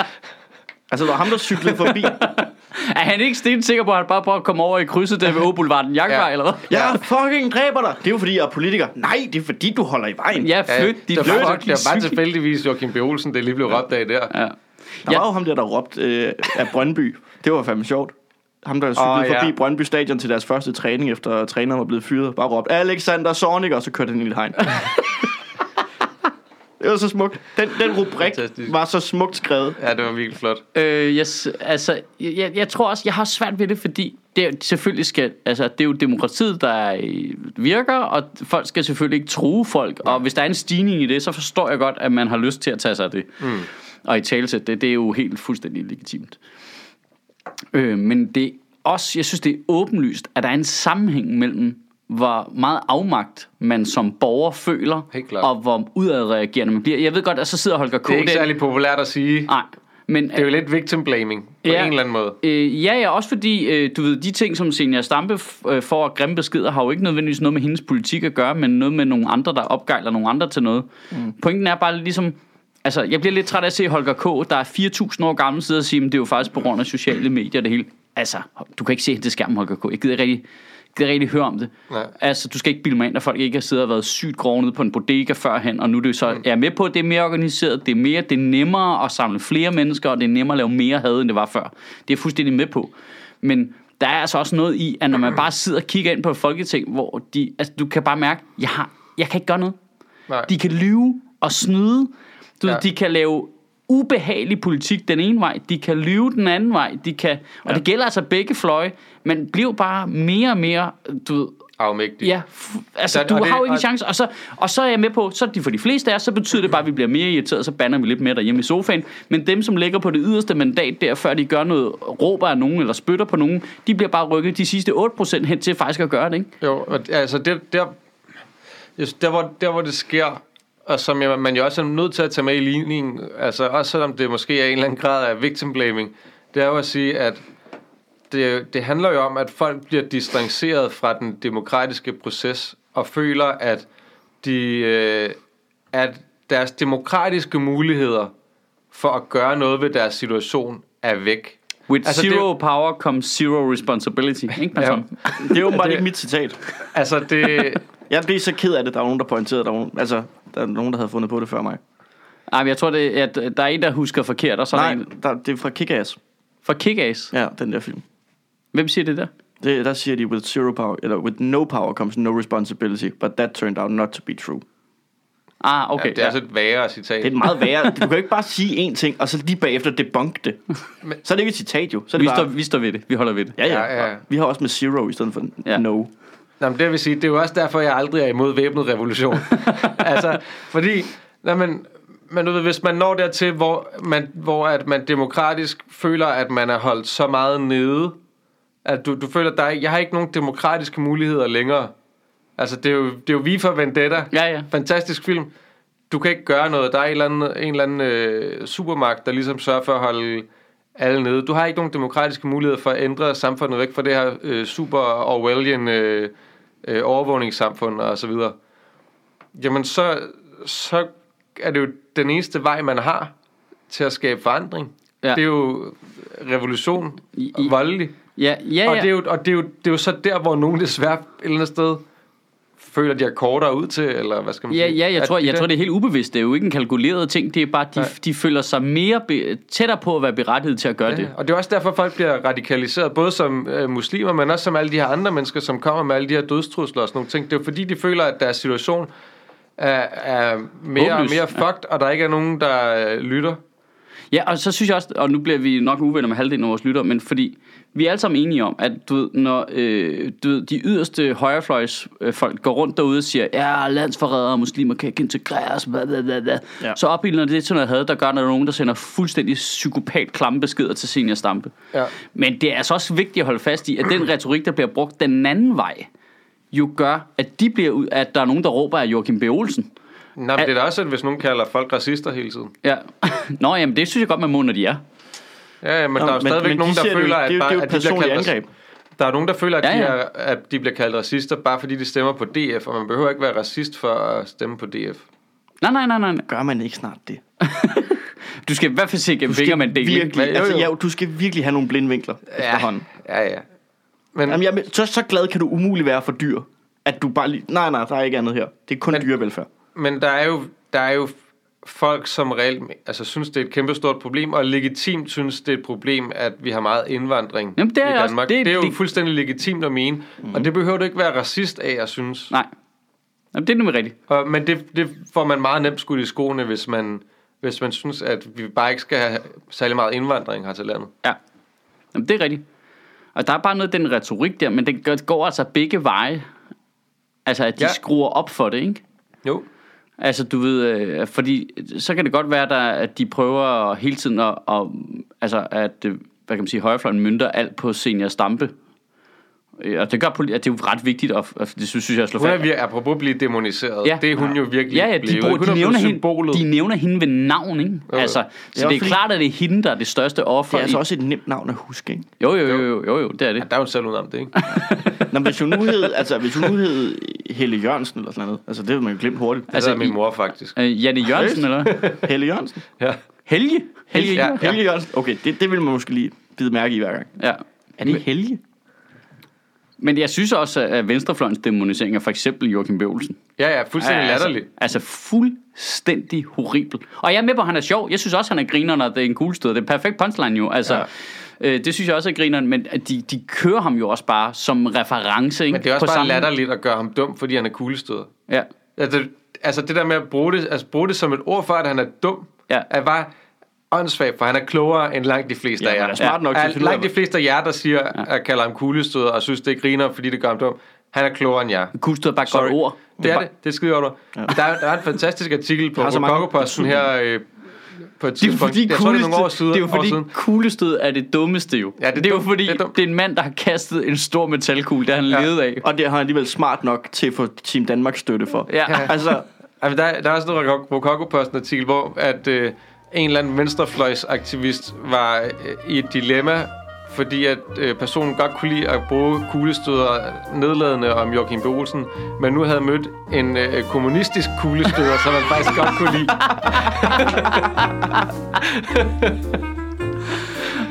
Altså, der var ham, der cyklede forbi. Er han ikke stensikker sikker på, at han bare prøver at komme over i krydset der ved Åboulevarden Jagtvej, Ja. eller hvad? Jeg fucking dræber dig. Det er jo fordi, jeg er politiker. Nej, det er fordi, du holder i vejen. Ja, Ja, flyt dit det var, bare, fucking det var bare cykel. tilfældigvis Joachim B. Olsen, det lige blev råbt af der. Ja. Der Ja. var jo ham der, der råbte øh, af Brøndby. Det var fandme sjovt. Ham, der cyklede Åh, ja. forbi Brøndby Stadion til deres første træning, efter træneren var blevet fyret. Bare råbte, Alexander Zornig, og så kørte den ind i et hegn. det var så smukt. Den, den rubrik Fantastisk. var så smukt skrevet. Ja, det var virkelig flot. Øh, jeg, s- altså, jeg, jeg tror også, jeg har svært ved det, fordi det, selvfølgelig skal, altså, det er jo demokratiet, der øh, virker, og folk skal selvfølgelig ikke true folk, og hvis der er en stigning i det, så forstår jeg godt, at man har lyst til at tage sig af det. Mm. Og i talesæt, det, det er jo helt fuldstændig legitimt. Øh, men det er også, jeg synes, det er åbenlyst, at der er en sammenhæng mellem, hvor meget afmagt man som borger føler, Helt klart. og hvor udadreagerende man bliver. Jeg ved godt, at så sidder Holger K. Det er ikke særlig populært at sige. Nej, men Det er jo lidt victim blaming på Ja. en eller anden måde. Øh, ja, ja, også fordi, øh, du ved, de ting, som Senior Stampe f- øh, får af grimme beskeder, har jo ikke nødvendigvis noget med hendes politik at gøre, men noget med nogle andre, der opgejler nogle andre til noget. Mm. Pointen er bare ligesom, altså, jeg bliver lidt træt af at se Holger K., der er 4.000 år gammel, sidde og sige, at det er jo faktisk på grund af sociale medier og det hele. Altså, du kan ikke se det skærm, Holger K. Jeg gider ikke rigtig, gider ikke rigtig høre om det. Nej. Altså, du skal ikke bilde mig ind, at folk ikke har siddet og været sygt grove nede på en bodega førhen, og nu er det jo så, jeg er med på, at det er mere organiseret, det er, mere, det er nemmere at samle flere mennesker, og det er nemmere at lave mere had, end det var før. Det er jeg fuldstændig med på. Men der er altså også noget i, at når man bare sidder og kigger ind på et folketing, hvor de, altså, du kan bare mærke, jeg, har, jeg kan ikke gøre noget. Nej. De kan lyve og snyde. Du, ja. Ja. De kan lave ubehagelig politik den ene vej, de kan lyve den anden vej, de kan, og ja. det gælder altså begge fløje, men bliv bare mere og mere, du ved, Afmægtig. Ja, f- altså Så- du og det- har jo ikke en og- chance, og så, og så er jeg med på, så er de for de fleste af os, så betyder det bare, at vi bliver mere irriteret, så banner vi lidt mere derhjemme i sofaen, men dem, som ligger på det yderste mandat der, før de gør noget, råber af nogen eller spytter på nogen, de bliver bare rykket de sidste 8% hen til faktisk at gøre det, ikke? Jo, og altså det, der, jeg synes, der, hvor, der hvor det sker, og som jeg, man jo også er nødt til at tage med i ligningen, altså også selvom det måske er en eller anden grad af victim blaming, det er jo at sige, at det, det handler jo om, at folk bliver distanceret fra den demokratiske proces, og føler, at, de, øh, at deres demokratiske muligheder for at gøre noget ved deres situation er væk. With Altså, altså, det er zero jo- det... power comes zero responsibility, ikke? Ja. Ja. Det er åbenbart Det- ikke mit citat. Altså det, Jeg blev så ked af det, der var nogen, der pointerede, der var nogen, altså, der er nogen, der havde fundet på det før mig. Ej, men jeg tror, det, er, at der er en, der husker forkert, og så er der Nej, en der, det er fra Kick-Ass. for kick Ja, den der film. Hvem siger det der? Det, der siger de, with, zero power, eller, with no power comes no responsibility, but that turned out not to be true. Ah, okay, ja, okay. det er altså et værre citat. Det er et meget værre. Du kan jo ikke bare sige én ting, og så lige bagefter debunk det. Så er det ikke et citat jo. Så er det vi, bare, står, vi står ved det. Vi holder ved det. ja, ja, Ja, ja, ja. ja. Vi har også med zero i stedet for Ja. ja. no. Nå, men det vil sige, det er jo også derfor, jeg aldrig er imod væbnet revolution. altså, fordi, nej, men, men du ved, hvis man når dertil, hvor, man, hvor at man demokratisk føler, at man er holdt så meget nede, at du, du føler, at der er, jeg har ikke nogen demokratiske muligheder længere. Altså, det er jo, det er jo Vi for Vendetta. Ja, ja. Fantastisk film. Du kan ikke gøre noget. Der er en eller anden, en eller anden øh, supermagt, der ligesom sørger for at holde alle nede. Du har ikke nogen demokratiske muligheder for at ændre samfundet væk fra det her øh, super Orwellian øh, øh, overvågningssamfund og så videre. Jamen, så, så er det jo den eneste vej, man har til at skabe forandring. Ja. Ja. Det er jo revolution, I- I, I- voldelig. Ja, ja, ja. Og, det er jo, og det, er jo, det er jo så der, hvor nogen desværre et eller andet sted føler, de er kortere ud til, eller hvad skal man Ja, sige? ja jeg, At tror, de jeg der- tror, det er helt ubevidst. Det er jo ikke en kalkuleret ting. Det er bare, de, Nej. de føler sig mere be, tættere på at være berettiget til at gøre ja. det. Ja, og det er også derfor, folk bliver radikaliseret, både som øh, muslimer, men også som alle de her andre mennesker, som kommer med alle de her dødstrusler og sådan nogle ting. Det er jo fordi, de føler, at deres situation er, er mere og Håbløs, mere fucked, og der ikke er nogen, der øh, lytter. Ja, og så synes jeg også, og nu bliver vi nok uvenner med halvdelen af vores lytter, men fordi vi er alle sammen enige om, at du ved, når øh, du ved, de yderste højrefløjs øh, folk går rundt derude og siger, ja, landsforrædere og muslimer kan ikke integreres, bla, bla, bla, bla. Ja. Ja. så opbilder det til noget had, der gør, når der er nogen, der sender fuldstændig psykopat klamme beskeder til senior stampe. Ja. Men det er altså også vigtigt at holde fast i, at den retorik, der bliver brugt den anden vej, jo gør, at, de bliver ud, at der er nogen, der råber af Joachim B. Olsen. Nej, men det er da også, at hvis nogen kalder folk racister hele tiden. Ja. Nå, jamen det synes jeg godt, man må, når de er. Ja, ja men der er jo stadigvæk de nogen, der siger det jo føler, ikke. at, det, er jo- bare, det at er jo et de bliver kaldt personligt racister. angreb. Der er nogen, der føler, at, Ja, ja, ja. ja. De er, at de bliver kaldt racister, bare fordi de stemmer på DF, og man behøver ikke være racist for at stemme på DF. Nej, nej, nej, nej. nej. Gør man ikke snart det? Du skal i hvert fald se gennem fingre med en del. ikke? virkelig, Hvad- jo, altså, jo. ja, du skal virkelig have nogle blinde vinkler ja. efterhånden. Ja, ja. Men, Jamen, jamen, så, så glad kan du umuligt være for dyr, at du bare lige... Nej, nej, der er ikke andet her. Det er kun Men- dyrevelfærd. men der, er jo, der er jo folk, som reelt altså, synes, det er et kæmpestort problem, og legitimt synes, det er et problem, at vi har meget indvandring Jamen, det er i jeg også. Danmark. Det er- det, er jo det- Mhm. fuldstændig legitimt at mene, og det behøver du ikke være racist af at synes. Nej. Jamen, det er nemlig rigtigt. Og, men det, det får man meget nemt skudt i skoene, hvis man, hvis man synes, at vi bare ikke skal have særlig meget indvandring her til landet. Ja. Jamen, det er rigtigt. Og der er bare noget af den retorik der, men den gør- går altså begge veje. Altså, at de Ja. ja. skruer op for det, ikke? Jo. Altså, du ved, øh, fordi så kan det godt være, der, at de prøver hele tiden at, at altså, at, øh, hvad kan man sige, højrefløjen mynter alt på senior stampe. Øh, Og det gør politi- at det er jo ret vigtigt, og, og det synes jeg er slå Hun er fast. vir- apropos blive demoniseret. Ja. Ja. Det er hun jo virkelig Ja, ja, de, blevet. bruger, Hun de, er blevet nævner hende, symbolet. de nævner hende ved navn, ikke? jo. Altså, så Ja, det er fordi- klart, at det er hende, der er det største offer. Det er altså i- også et nemt navn at huske, ikke? Jo, jo, jo, jo, jo, jo, det er Ja, det. der er jo selv om det, ikke? Altså, Nå, men hvis hun nu hed, altså, hvis hun nu hed Helle Jørgensen eller sådan noget, altså det vil man jo glemme hurtigt. Altså, Altså, det er min i- mor, faktisk. Øh, Janne Jørgensen, eller hvad? Helle Jørgensen? Ja. Helge? Helge, Ja. ja. Helge Jørgensen? Okay, det, det vil man måske lige bide mærke i hver gang. ja. Er det Helge? Men jeg synes også, at venstrefløjens demonisering af for eksempel Joachim Bøvelsen. ja, ja, fuldstændig altså, latterligt. altså fuldstændig horribel. Og jeg er med på, at han er sjov. Jeg synes også, han er grineren, og det er en cool stød. Det er en perfekt punchline jo. Altså, Ja. ja. øh, det synes jeg også er grineren, men at de, de kører ham jo også bare som reference. Ikke? Men det er også På bare samme- latterligt at gøre ham dum, fordi han er kuglestøder. Ja. Altså, altså det der med at bruge det, altså, bruge det som et ord for, at han er dum, Ja. er bare åndssvagt, for han er klogere end langt de fleste Ja, af jer. man er smart nok til at at finde ud af langt de fleste af jer, der siger, ja. at kalder ham kuglestøder og synes, det griner, fordi det gør ham dum, han er klogere end jer. Cool stød er bare et godt ord. Det er det. Det er skide godt ord. Ja. Der, er, der er en fantastisk artikel på har så mange Rokokoposten her øh, på et Det er jo tidspunkt. fordi, jeg tror, det er nogle år kuglestød, siden. det er jo år fordi siden. kuglestød er det dummeste jo. Ja, det er det er jo dumt. fordi, Det er dumt. det er en mand, der har kastet en stor metalkugle, der han Ja. ja. levede af. Og det har han alligevel smart nok til at få Team Danmarks støtte for. Ja. Altså, Altså, der, der er også en Rokokoposten artikel, hvor at, øh, en eller anden venstrefløjsaktivist var øh, i et dilemma, fordi at øh, personen godt kunne lide at bruge kuglestøder nedladende om Joachim B. Olsen, men nu havde mødt en øh, kommunistisk kuglestøder, som han faktisk godt kunne lide.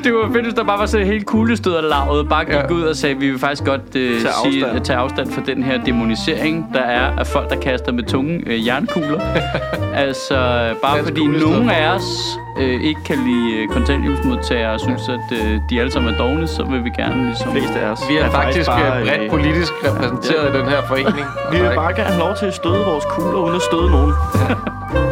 Det var fedt, hvis der bare var sådan helt kuglestøderlaget, bare gik Ja. ja. ud og sagde, at vi vil faktisk godt uh, tage, sige, afstand. afstand. tage afstand fra den her demonisering, der er af folk, der kaster med tungen øh, jernkugler. altså, bare Dansk fordi kuglestøder nogen af forbud. os øh, ikke kan lide øh, kontanthjælpsmodtagere og synes, at øh, de alle sammen er dogne, så vil vi gerne ligesom... flest af os. Vi er faktisk øh, bredt øh, politisk repræsenteret i den her forening. Vi Og der vil er bare gerne have lov til at støde vores kugler, uden at støde nogen.